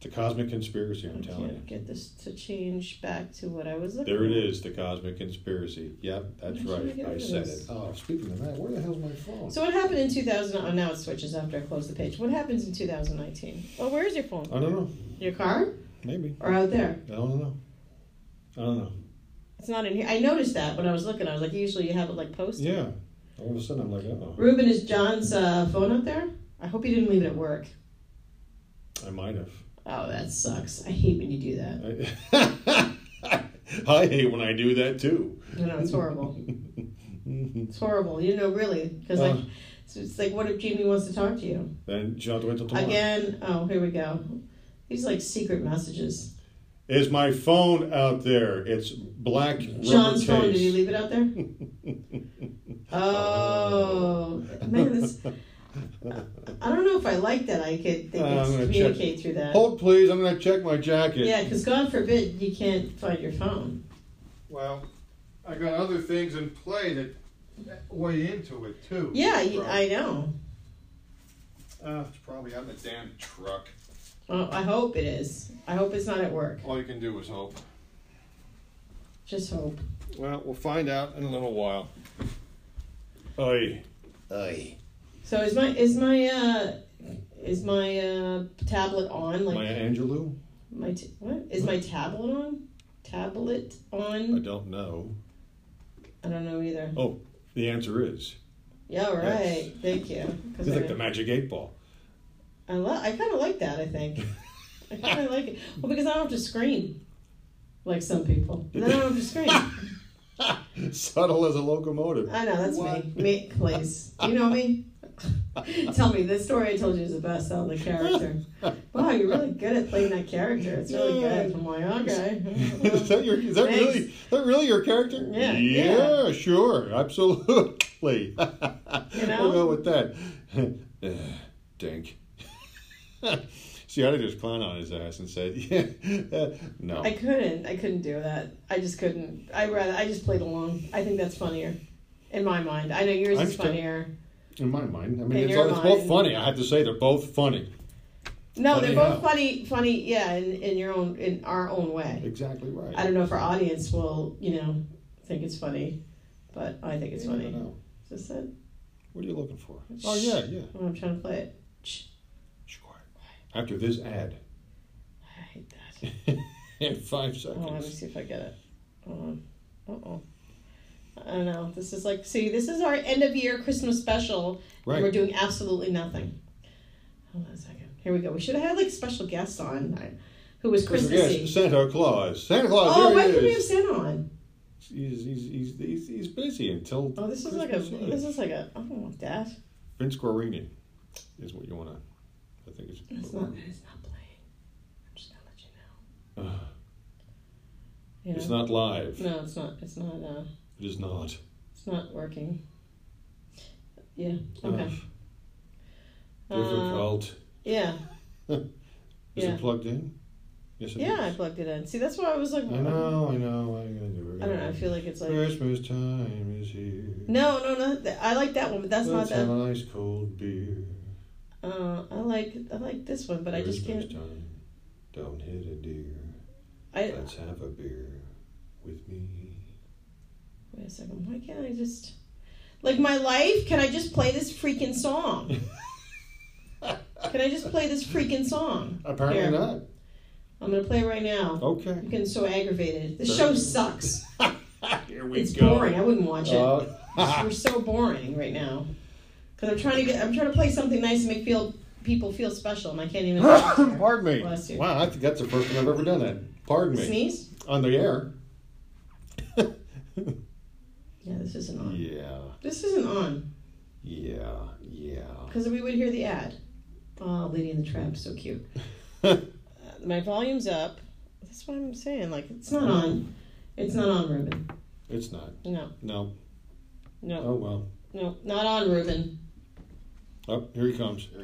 Speaker 2: The cosmic conspiracy.
Speaker 1: I
Speaker 2: I'm telling you.
Speaker 1: can't get this to change back to what I was looking.
Speaker 2: There it
Speaker 1: at.
Speaker 2: is, the cosmic conspiracy. Yep,
Speaker 1: Why
Speaker 2: that's
Speaker 1: should we
Speaker 2: right.
Speaker 1: get
Speaker 2: I
Speaker 1: rid of
Speaker 2: said it.
Speaker 1: this?
Speaker 2: Oh, speaking of that, where the hell's my phone?
Speaker 1: So what happened in 2000? Oh, now it switches after I close the page. What happens in 2019? Oh, where is your phone?
Speaker 2: I don't know.
Speaker 1: Your car
Speaker 2: Maybe.
Speaker 1: or out there?
Speaker 2: I don't know. I don't know.
Speaker 1: It's not in here. I noticed that when I was looking. I was like, usually you have it like posted.
Speaker 2: Yeah. All of a sudden, I'm like, oh,
Speaker 1: Ruben, is John's uh, phone up there? I hope you didn't leave it at work.
Speaker 2: I might have.
Speaker 1: Oh, that sucks. I hate when you do that.
Speaker 2: I, I hate when I do that too.
Speaker 1: You know, it's horrible. It's horrible. You know, really, because like,
Speaker 2: Uh.
Speaker 1: it's, it's like, what if Jamie wants to talk to you
Speaker 2: Then she'll have to wait till tomorrow.
Speaker 1: again? Oh, here we go. These like secret messages.
Speaker 2: Is my phone out there? It's black
Speaker 1: John's
Speaker 2: rubber
Speaker 1: phone. Did you
Speaker 2: case.
Speaker 1: leave it out there? oh man, this. I don't know if I like that. I could they
Speaker 2: Uh,
Speaker 1: could
Speaker 2: I'm gonna
Speaker 1: communicate through that.
Speaker 2: Hold, please. I'm gonna check my jacket.
Speaker 1: Yeah, because God forbid you can't find your phone.
Speaker 2: Well, I got other things in play that weigh into it too.
Speaker 1: Yeah, you, I know.
Speaker 2: Uh, it's probably on the damn truck.
Speaker 1: Well, I hope it is. I hope it's not at work.
Speaker 2: All you can do is hope.
Speaker 1: Just hope.
Speaker 2: Well, we'll find out in a little while. Oy.
Speaker 3: Oy.
Speaker 1: So is my is my uh is my uh tablet on? Like
Speaker 2: Maya Angelou?
Speaker 1: my t- what is my tablet on? Tablet
Speaker 2: I
Speaker 1: on?
Speaker 2: don't know.
Speaker 1: I don't know either.
Speaker 2: Oh, the answer is.
Speaker 1: Yeah, all right.
Speaker 2: Yes.
Speaker 1: Thank you. 'Cause
Speaker 2: It's
Speaker 1: I
Speaker 2: like the
Speaker 1: know-
Speaker 2: magic eight ball.
Speaker 1: I love. I kind of like that. I think. I kind of like it. Well, because I don't have to scream, like some people. Then I don't have to scream.
Speaker 2: Subtle as a locomotive.
Speaker 1: I know that's
Speaker 2: What?
Speaker 1: me. Me, please. You know me. Tell me the story I told you is the best on the character. Wow, you're really good at playing that character. It's really good. I'm like, okay.
Speaker 2: is that your? Is that
Speaker 1: Thanks.
Speaker 2: really? Is that really your character?
Speaker 1: Yeah,
Speaker 2: Yeah. Sure. Absolutely.
Speaker 1: know?
Speaker 2: We'll go with that. uh, dink. See, I just clown on his ass and said, "Yeah, uh, no."
Speaker 1: I couldn't. I couldn't do that. I just couldn't. I rather. I just played along. I think that's funnier, in my mind. I know yours
Speaker 2: I'm
Speaker 1: is
Speaker 2: still-
Speaker 1: funnier.
Speaker 2: In my mind, I mean,
Speaker 1: In
Speaker 2: it's,
Speaker 1: your
Speaker 2: all, it's both
Speaker 1: mind.
Speaker 2: funny. I have to say, they're both funny.
Speaker 1: No,
Speaker 2: Funny
Speaker 1: they're both
Speaker 2: how?
Speaker 1: funny. Funny, yeah. In, in your own, in our own way.
Speaker 2: Exactly right.
Speaker 1: I don't know if our audience will, you know, think it's funny, but I think it's
Speaker 2: I don't
Speaker 1: funny.
Speaker 2: know.
Speaker 1: Is this it?
Speaker 2: What are you looking for? Oh yeah, yeah.
Speaker 1: Oh, I'm trying to play it. Shh.
Speaker 2: Shh, quiet. After this ad,
Speaker 1: I hate that.
Speaker 2: in five
Speaker 1: Oh, let me
Speaker 2: seconds.
Speaker 1: see if I get it. Um, uh oh. I don't know. This is like, see, this is our end of year Christmas special, and we're
Speaker 2: Right.
Speaker 1: doing absolutely nothing. Hold on a second. Here we go. We should have had like special guests on, I- who was Christmassy.
Speaker 2: Yes, Santa Claus. Santa Claus.
Speaker 1: oh,
Speaker 2: there
Speaker 1: why
Speaker 2: he
Speaker 1: couldn't we
Speaker 2: is.
Speaker 1: have Santa on?
Speaker 2: He's, he's, he's, he's, he's busy until.
Speaker 1: Oh, this is like a,
Speaker 2: Christmas Eve.
Speaker 1: this is like a. oh, I don't want that.
Speaker 2: Vince Guarini is what you want to. I think it's.
Speaker 1: It's not. It's not playing. I'm just gonna let you know.
Speaker 2: Ugh.
Speaker 1: You
Speaker 2: It's
Speaker 1: know?
Speaker 2: not live.
Speaker 1: No, it's not. It's not. Uh,
Speaker 2: It is not.
Speaker 1: it's not working. Yeah. Okay.
Speaker 2: Ugh, difficult.
Speaker 1: Uh, Yeah.
Speaker 2: is
Speaker 1: yeah.
Speaker 2: it plugged in? Yes, it is.
Speaker 1: Yeah, I plugged it in. See, that's why I was like,
Speaker 2: I know, I know. I'm going to do it.
Speaker 1: I don't know. I feel like it's like
Speaker 2: Christmas time is here.
Speaker 1: no, no, no. th- I like that one, but that's
Speaker 2: Let's
Speaker 1: not
Speaker 2: have
Speaker 1: that.
Speaker 2: a nice cold beer.
Speaker 1: Uh, I like I like this one, but I just
Speaker 2: Christmas
Speaker 1: can't.
Speaker 2: time. Don't hit a deer.
Speaker 1: I
Speaker 2: Let's have a beer with me.
Speaker 1: wait a second. Why can't I just like my life? Can I just play this freaking song? Can I just play this freaking song?
Speaker 2: Apparently
Speaker 1: Here.
Speaker 2: not.
Speaker 1: I'm gonna play it right now.
Speaker 2: Okay.
Speaker 1: I'm getting so aggravated. The
Speaker 2: Sure.
Speaker 1: show sucks.
Speaker 2: Here we
Speaker 1: It's
Speaker 2: go.
Speaker 1: boring. I wouldn't watch it.
Speaker 2: Uh,
Speaker 1: We're so boring right now. Cause I'm trying to get, I'm trying to play something nice and make feel people feel special, and I can't even.
Speaker 2: Pardon me.
Speaker 1: Bless you.
Speaker 2: Wow, I think that's the first time I've ever done that. Pardon me.
Speaker 1: Sneeze?
Speaker 2: On the air.
Speaker 1: Yeah, this isn't on.
Speaker 2: yeah,
Speaker 1: This isn't on
Speaker 2: yeah, yeah.
Speaker 1: because we would hear the ad. Oh, Lady in the Tramp, so cute. Uh, my volume's up. That's what I'm saying. Like it's not on. It's not on, Ruben.
Speaker 2: it's not.
Speaker 1: No,
Speaker 2: No.
Speaker 1: no,
Speaker 2: Oh well.
Speaker 1: no, not on, Ruben.
Speaker 2: Oh, here he comes.
Speaker 1: Oh,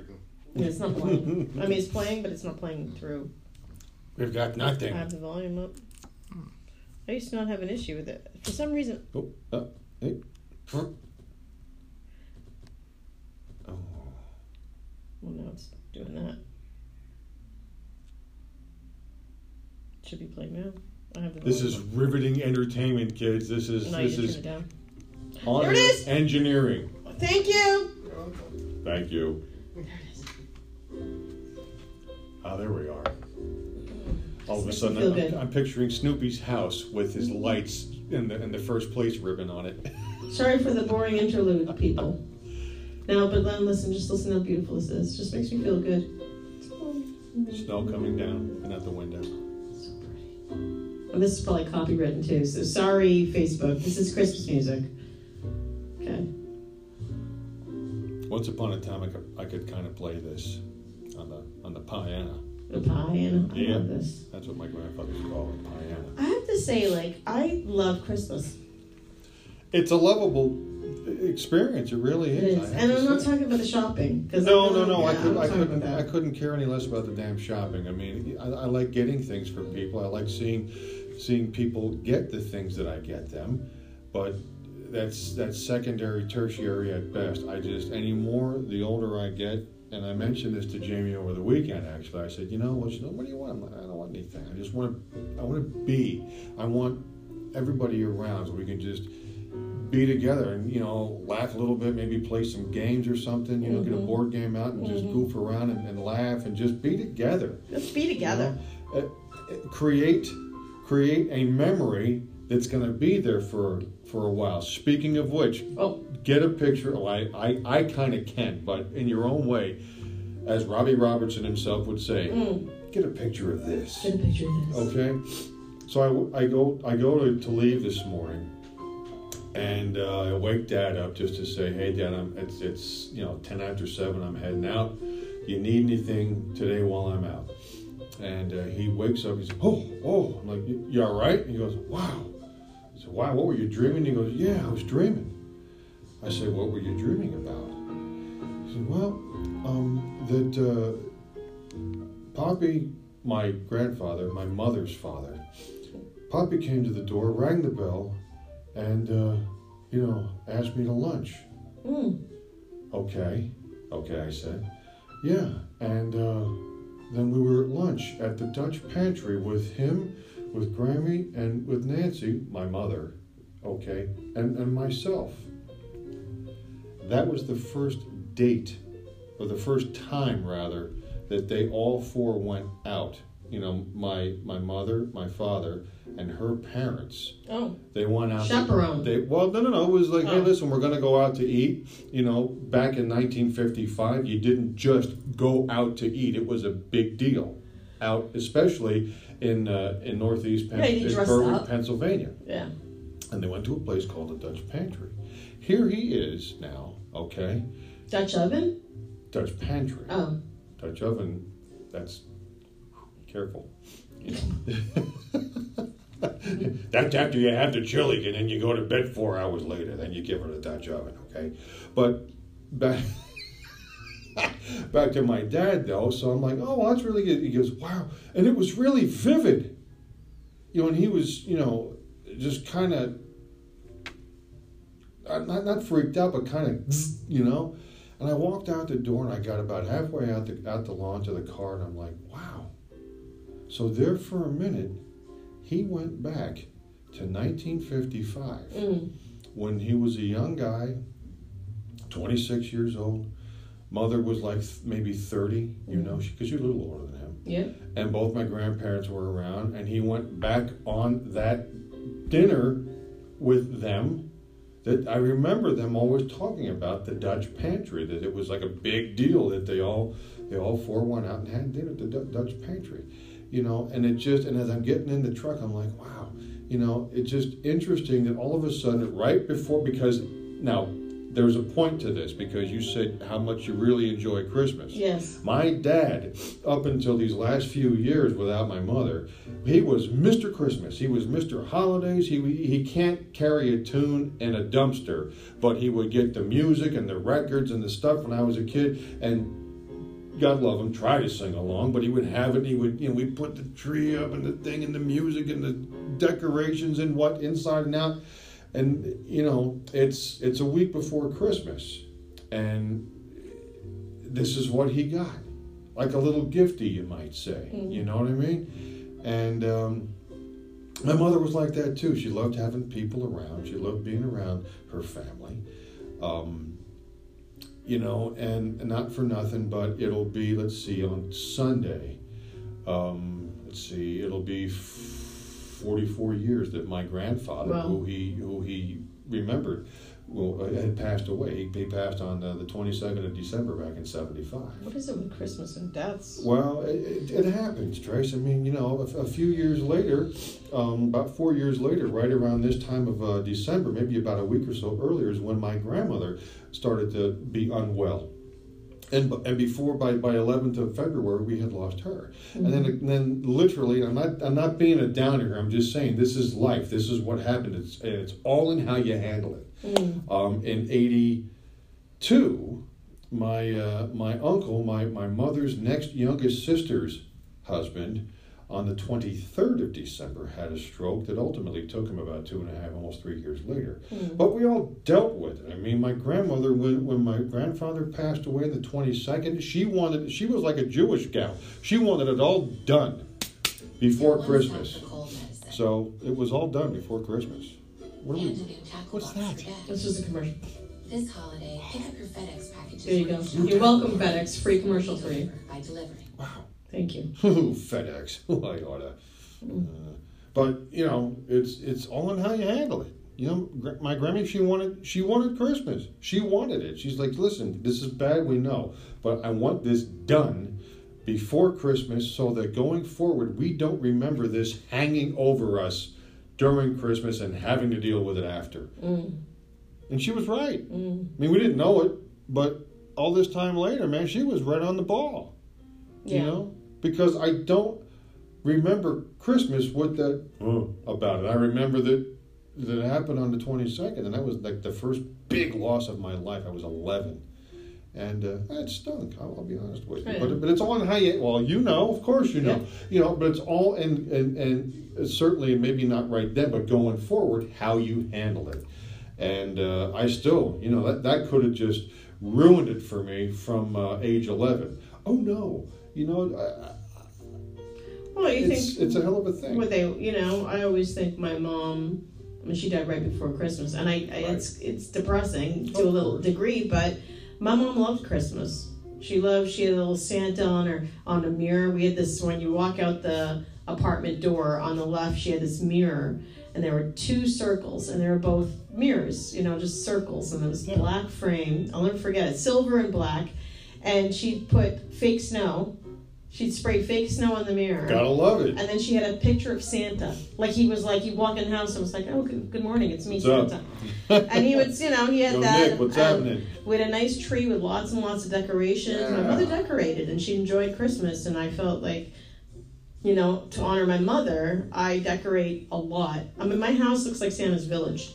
Speaker 1: Yeah, It's not playing. I mean, it's playing, but it's not playing through.
Speaker 2: We've got nothing.
Speaker 1: I have the volume up. I used to not have an issue with it. For some reason,
Speaker 2: Oh, uh, hey. Oh.
Speaker 1: well, now it's doing that. Should be playing now. I have the
Speaker 2: This
Speaker 1: volume
Speaker 2: is riveting entertainment, kids. This is
Speaker 1: up. No, you
Speaker 2: this
Speaker 1: didn't
Speaker 2: is
Speaker 1: turn it down.
Speaker 2: on
Speaker 1: There it is.
Speaker 2: engineering.
Speaker 1: Thank you.
Speaker 2: Thank you.
Speaker 1: There it is.
Speaker 2: Ah, there we are. All of a
Speaker 1: Makes
Speaker 2: sudden,
Speaker 1: me feel
Speaker 2: I'm,
Speaker 1: good.
Speaker 2: I'm picturing Snoopy's house with his lights and the, and the first place ribbon on it.
Speaker 1: Sorry for the boring interlude, people. No, but then listen, just listen how beautiful this is. Just makes me feel good.
Speaker 2: Snow coming down and out the window.
Speaker 1: So pretty. And this is probably copywritten too, so sorry, Facebook. This is Christmas music. Okay.
Speaker 2: Once upon a time, I could, I could kind of play this on the on the piano.
Speaker 1: The pie and I
Speaker 2: Yeah.
Speaker 1: love this.
Speaker 2: That's what my grandfather called it, piano.
Speaker 1: I have to say, like, I love Christmas.
Speaker 2: It's a lovable experience. It really
Speaker 1: It
Speaker 2: is. I
Speaker 1: is.
Speaker 2: have
Speaker 1: And
Speaker 2: to
Speaker 1: I'm not
Speaker 2: say.
Speaker 1: talking about the shopping. 'cause
Speaker 2: No,
Speaker 1: I'm
Speaker 2: no,
Speaker 1: not-
Speaker 2: no. I,
Speaker 1: yeah,
Speaker 2: could,
Speaker 1: I'm
Speaker 2: I,
Speaker 1: talking
Speaker 2: couldn't,
Speaker 1: about
Speaker 2: I
Speaker 1: that.
Speaker 2: couldn't care any less about the damn shopping. I mean, I, I like getting things for people. I like seeing seeing people get the things that I get them, but that's that's secondary, tertiary at best. I just anymore the older I get, and I mentioned this to Jamie over the weekend. Actually, I said, you know, well, she said, what do you want? I'm like, I don't want anything. I just want to. I want to be. I want everybody around so we can just be together and you know laugh a little bit maybe play some games or something you know get a
Speaker 1: Mhm.
Speaker 2: board game out and just
Speaker 1: Mhm.
Speaker 2: goof around and, and laugh and just be together
Speaker 1: Let's be
Speaker 2: you know?
Speaker 1: together.
Speaker 2: Uh, uh, create create a memory that's going to be there for for a while speaking of which
Speaker 1: Oh,
Speaker 2: get a picture well, i i, I kind of can but in your own way as robbie robertson himself would say
Speaker 1: mm,
Speaker 2: get a picture of this
Speaker 1: get a picture of this.
Speaker 2: Okay, so I, I go I go to, to leave this morning, and uh, I wake Dad up just to say, "Hey, Dad, I'm it's it's you know ten after seven. I'm heading out. You need anything today while I'm out?" And uh, he wakes up. He's "Oh, oh!" I'm like, "You, you all right?" And he goes, "Wow." I said, "Wow, what were you dreaming?" He goes, "Yeah, I was dreaming." I said, "What were you dreaming about?" He said, "Well, um, that." Uh, Poppy, my grandfather, my mother's father, Poppy came to the door, rang the bell, and, uh, you know, asked me to lunch.
Speaker 1: Mm,
Speaker 2: Okay, okay, I said. Yeah, and uh, then we were at lunch at the Dutch pantry with him, with Grammy, and with Nancy, my mother, okay, and, and myself. That was the first date, or the first time rather, that they all four went out. You know, my my mother, my father, and her parents.
Speaker 1: oh,
Speaker 2: They went out.
Speaker 1: Chaperone.
Speaker 2: They well, no, no, no. It was like, hey,
Speaker 1: Oh.
Speaker 2: listen, we're gonna go out to eat. You know, back in 1955, you didn't just go out to eat. It was a big deal, out especially in uh, in Northeast Pen-
Speaker 1: Yeah, you
Speaker 2: in
Speaker 1: dressed
Speaker 2: Berwick,
Speaker 1: up.
Speaker 2: Pennsylvania
Speaker 1: yeah.
Speaker 2: and they went to a place called the Dutch Pantry. Here he is now, okay?
Speaker 1: Dutch oven?
Speaker 2: Dutch Pantry.
Speaker 1: Oh,
Speaker 2: Dutch oven, that's careful. you know. that's after you have the chili and then you go to bed four hours later, then you give her the Dutch oven, okay? But back back to my dad though, so I'm like, oh, that's really good. He goes, wow, and it was really vivid, you know. And he was, you know, just kind of not not freaked out, but kind of, you know. And I walked out the door, and I got about halfway out the out the lawn to the car, and I'm like, wow. So there for a minute, he went back to 1955
Speaker 1: mm,
Speaker 2: when he was a young guy, 26 years old. Mother was like th- maybe 30, you know, because you're a little older than him.
Speaker 1: yeah.
Speaker 2: And both my grandparents were around, and he went back on that dinner with them. That I remember them always talking about the Dutch pantry. That it was like a big deal that they all, they all four went out and had dinner at the Du- Dutch pantry, you know. And it just, and as I'm getting in the truck, I'm like, wow, you know, it's just interesting that all of a sudden, right before, because now there's a point to this because you said how much you really enjoy Christmas.
Speaker 1: Yes.
Speaker 2: My dad, up until these last few years without my mother, he was Mr. Christmas. He was Mr. Holidays. He he can't carry a tune in a dumpster, but he would get the music and the records and the stuff when I was a kid and God love him, try to sing along, but he would have it. and He would, you know, we put the tree up and the thing and the music and the decorations and what inside and out. And you know, it's it's a week before Christmas, and this is what he got, like a little gifty, you might say. You know what I mean? And um, my mother was like that too. She loved having people around. She loved being around her family. Um, you know, and not for nothing, but it'll be, let's see, on Sunday, um, let's see, it'll be f- 44 years that my grandfather,
Speaker 1: Wow.
Speaker 2: who he who he remembered, well, uh, had passed away. He, he passed on uh, the 22nd of December back in 75.
Speaker 1: What is it with Christmas and deaths?
Speaker 2: Well, it, it, it happens, Trace. I mean, you know, a, a few years later, um, about four years later, right around this time of uh, December, maybe about a week or so earlier, is when my grandmother started to be unwell. And, b- and before by, by 11th of February we had lost her, and then and then literally I'm not I'm not being a downer. I'm just saying this is life. This is what happened. It's and it's all in how you handle it. Um, in '82, my uh, my uncle, my my mother's next youngest sister's husband, on the 23rd of December had a stroke that ultimately took him about two and a half, almost three years later. But we all dealt with it. I mean, my grandmother, when when my grandfather passed away the 22nd, she wanted she was like a Jewish gal. She wanted it all done before
Speaker 4: One
Speaker 2: Christmas.
Speaker 4: stop for cold medicine.
Speaker 2: So it was all done before Christmas. What are
Speaker 4: And a
Speaker 2: we?
Speaker 4: new tackle
Speaker 2: What's
Speaker 4: box
Speaker 2: that?
Speaker 4: for Dad.
Speaker 1: That's just a commercial.
Speaker 4: This holiday, pick up your FedEx packages.
Speaker 1: There you go.
Speaker 4: from
Speaker 1: You're welcome, FedEx. Free commercial free.
Speaker 4: By delivering.
Speaker 1: Thank you.
Speaker 2: Ooh, FedEx. Ooh, I oughta. Uh, but you know, it's it's all in how you handle it. You know, gr- my Grammy, she wanted she wanted Christmas. She wanted it. She's like, listen, this is bad. We know, but I want this done before Christmas so that going forward we don't remember this hanging over us during Christmas and having to deal with it after. And she was right. I mean, we didn't know it, but all this time later, man, she was right on the ball you
Speaker 1: Yeah.
Speaker 2: know because i don't remember christmas with that "Oh," about it i remember that that it happened on the 22nd and that was like the first big loss of my life i was 11 and uh, it stunk. I'll, I'll be honest with you,
Speaker 1: Right.
Speaker 2: but, but it's all in how you. Well, you know, of course, you know, you know, but it's all in and and certainly maybe not right then, but going forward, how you handle it. And uh, I still, you know, that that could have just ruined it for me from uh, age eleven. Oh no, you know, I- I-
Speaker 1: Well, you
Speaker 2: it's
Speaker 1: think
Speaker 2: it's a hell of a thing.
Speaker 1: what they you know i always think my mom i mean she died right before christmas and i, I it's it's depressing to a little degree but my mom loved christmas she loved she had a little santa on her on a mirror we had this when you walk out the apartment door on the left she had this mirror and there were two circles and they were both mirrors you know just circles and it was black frame i'll never forget it silver and black and she'd put fake snow she'd spray fake snow on the mirror
Speaker 2: Gotta love it.
Speaker 1: and then she had a picture of Santa. Like he was like, you walk in the house and was like, oh, good, good morning, it's me,
Speaker 2: What's
Speaker 1: Santa. and he would, you know, he had
Speaker 2: Yo,
Speaker 1: that.
Speaker 2: Nick, what's
Speaker 1: um,
Speaker 2: happening?
Speaker 1: We had a nice tree with lots and lots of decorations. My
Speaker 2: Yeah.
Speaker 1: mother decorated and she enjoyed Christmas. And I felt like, you know, to honor my mother, I decorate a lot. I mean, my house looks like Santa's village.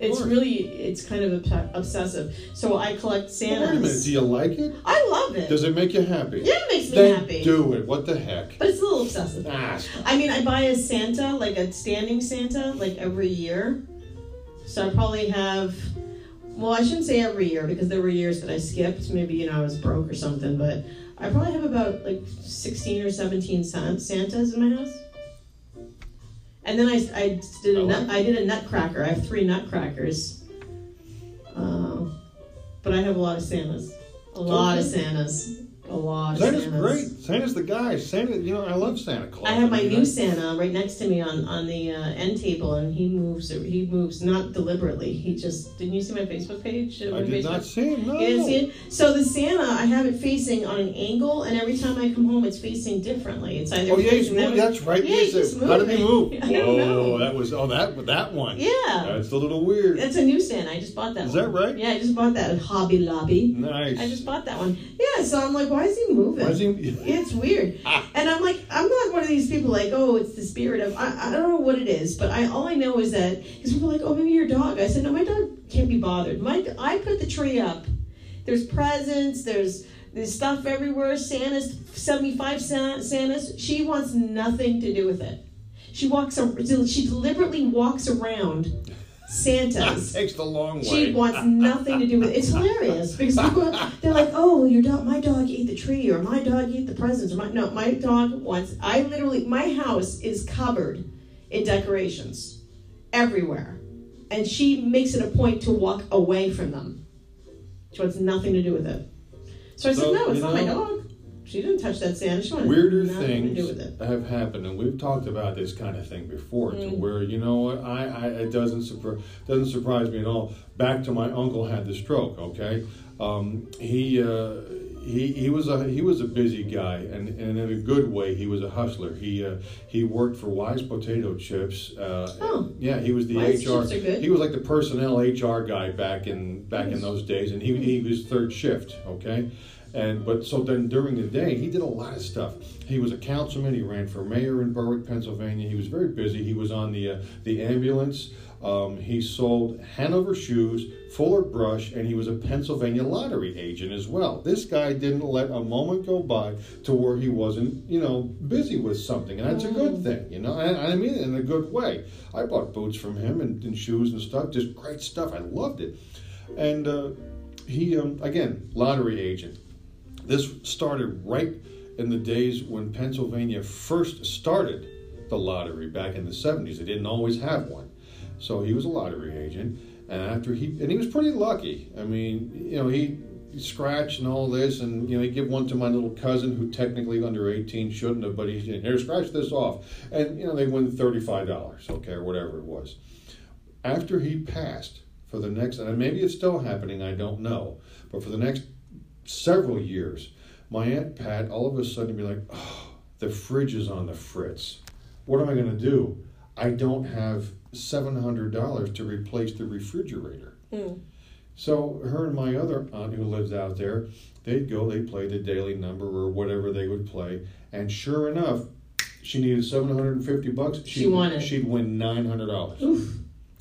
Speaker 1: It's
Speaker 2: course.
Speaker 1: really, it's kind of ob- obsessive. So I collect
Speaker 2: Well, wait a minute,
Speaker 1: Santas.
Speaker 2: do you like it?
Speaker 1: I love it.
Speaker 2: Does it make you happy?
Speaker 1: yeah, it makes me
Speaker 2: Then
Speaker 1: happy.
Speaker 2: do it. What the heck?
Speaker 1: But it's a little obsessive.
Speaker 2: Ah,
Speaker 1: I mean, I buy a Santa, like a standing Santa, like every year. So I probably have, well, I shouldn't say every year because there were years that I skipped. Maybe, you know, I was broke or something, but I probably have about like 16 or 17 San- Santas in my house. And then I, I did a
Speaker 2: I like
Speaker 1: nut, I did a nutcracker. I have three nutcrackers. Uh, but I have a lot of Santas. A lot of
Speaker 2: Okay.
Speaker 1: Santas. A lot of
Speaker 2: Santa's
Speaker 1: Santas.
Speaker 2: great. Santa's the guy. Santa, you know, I love Santa Claus.
Speaker 1: I have my
Speaker 2: You
Speaker 1: new
Speaker 2: know?
Speaker 1: Santa right next to me on on the uh, end table, and he moves. He moves not deliberately. He just didn't you see my Facebook page? Uh,
Speaker 2: I
Speaker 1: my
Speaker 2: did
Speaker 1: Facebook-
Speaker 2: not see him. No.
Speaker 1: You didn't see it? So the Santa, I have it facing on an angle, and every time I come home, it's facing differently. It's either
Speaker 2: Oh yeah, he's
Speaker 1: facing that
Speaker 2: moving.
Speaker 1: way-
Speaker 2: That's right.
Speaker 1: Yeah,
Speaker 2: you
Speaker 1: he's
Speaker 2: said-
Speaker 1: just
Speaker 2: How did he
Speaker 1: moving.
Speaker 2: move?
Speaker 1: I don't know.
Speaker 2: Whoa, that was oh that that one.
Speaker 1: yeah.
Speaker 2: That's a little weird.
Speaker 1: That's a new Santa. I just bought that.
Speaker 2: Is
Speaker 1: one.
Speaker 2: that right?
Speaker 1: Yeah, I just bought that at Hobby Lobby.
Speaker 2: Nice.
Speaker 1: I just bought that one. Yeah, so I'm like, why is he moving?
Speaker 2: Why is he?
Speaker 1: It's weird. And I'm like, I'm not one of these people like, oh, it's the spirit of, I, I don't know what it is, but I all I know is that, because people are like, oh, maybe your dog. I said, no, my dog can't be bothered. My, I put the tree up. There's presents, there's There's stuff everywhere. Santa's 75 Sa- Santa's. She wants nothing to do with it. She walks. a- She deliberately walks around Santa's.
Speaker 2: Takes the long way.
Speaker 1: She wants nothing to do with it. It's hilarious because people they're like, "Oh, your dog, my dog ate the tree, or my dog ate the presents, or my no, my dog wants." I literally, my house is covered in decorations everywhere, and she makes it a point to walk away from them. She wants nothing to do with it. So I
Speaker 2: So,
Speaker 1: said, "No, it's
Speaker 2: you
Speaker 1: not my
Speaker 2: know,
Speaker 1: dog. She didn't touch that sand. She wanted
Speaker 2: Weirder
Speaker 1: nothing to do with it." Mm.
Speaker 2: things have happened, and we've talked about this kind of thing before. To where you know what, I, I it doesn't surprise doesn't surprise me at all. Back to my uncle had the stroke. Okay, um, he uh, he he was a he was a busy guy, and, and in a good way, he was a hustler. He uh, he worked for Wise Potato Chips. Uh,
Speaker 1: Oh.
Speaker 2: yeah, he was the
Speaker 1: Wise
Speaker 2: HR.
Speaker 1: chips are good.
Speaker 2: He was like the personnel HR guy back in back in those days, and he he was third shift. Okay. And but so then during the day he did a lot of stuff. He was a councilman. He ran for mayor in Berwick, Pennsylvania. He was very busy. He was on the uh, the ambulance. Um, he sold Hanover shoes, Fuller Brush, and he was a Pennsylvania lottery agent as well. This guy didn't let a moment go by to where he wasn't you know busy with something, and that's a good thing. You know, and I mean it in a good way. I bought boots from him and, and shoes and stuff. Just great stuff. I loved it. And uh, he um, again lottery agent. This started right in the days when Pennsylvania first started the lottery back in the 70s. They didn't always have one. So he was a lottery agent. And after he, and he was pretty lucky. I mean, you know, he scratched and all this, and, you know, he give one to my little cousin who technically under 18 shouldn't have, but he said, here, scratch this off. And, you know, they win $35, okay, or whatever it was after he passed for the next and maybe it's still happening i don't know but for the next several years my aunt pat all of a sudden be like oh the fridge is on the fritz what am i going to do i don't have $700 to replace the refrigerator
Speaker 1: Hmm.
Speaker 2: so her and my other aunt who lives out there they'd go they play the daily number or whatever they would play and sure enough she needed 750 bucks
Speaker 1: She won it.
Speaker 2: she'd win $900
Speaker 1: Oof.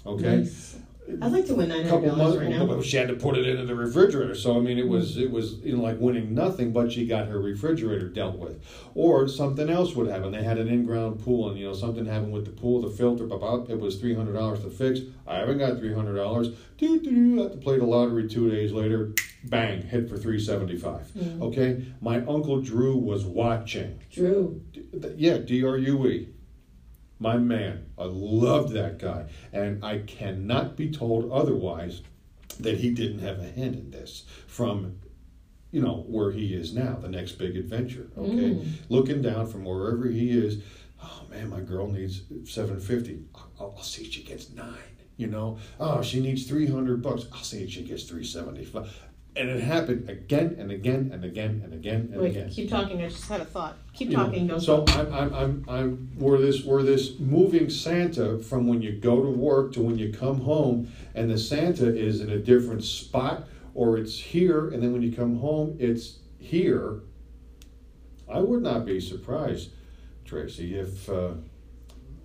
Speaker 2: okay
Speaker 1: Nice. I'd like to win nine hundred
Speaker 2: couple
Speaker 1: dollars
Speaker 2: months
Speaker 1: right
Speaker 2: well,
Speaker 1: now.
Speaker 2: she had to put it into the refrigerator so i mean it was it was you know like winning nothing but she got her refrigerator dealt with or something else would happen they had an in-ground pool and you know something happened with the pool the filter pop out it was $300 to fix i haven't got $300 do do do have to play the lottery two days later bang hit for 375
Speaker 1: Mm.
Speaker 2: okay my uncle drew was watching
Speaker 1: Drew.
Speaker 2: Th- yeah, DRUE. E. My man, I loved that guy, and I cannot be told otherwise that he didn't have a hand in this from you know where he is now, the next big adventure, okay?
Speaker 1: Mm.
Speaker 2: Looking down from wherever he is, oh man, my girl needs 750. I'll, I'll I'll see if she gets 9, you know. Oh, she needs 300 bucks. I'll see if she gets 375. And it happened again and again and again and again and
Speaker 1: Wait,
Speaker 2: again
Speaker 1: keep talking. I just had a thought. Keep
Speaker 2: you know,
Speaker 1: talking. Don't
Speaker 2: so I'm, I'm, I'm, I'm, we're this, we're this moving Santa from when you go to work to when you come home, and the Santa is in a different spot, or it's here, and then when you come home, it's here. I would not be surprised, Tracy, if, uh,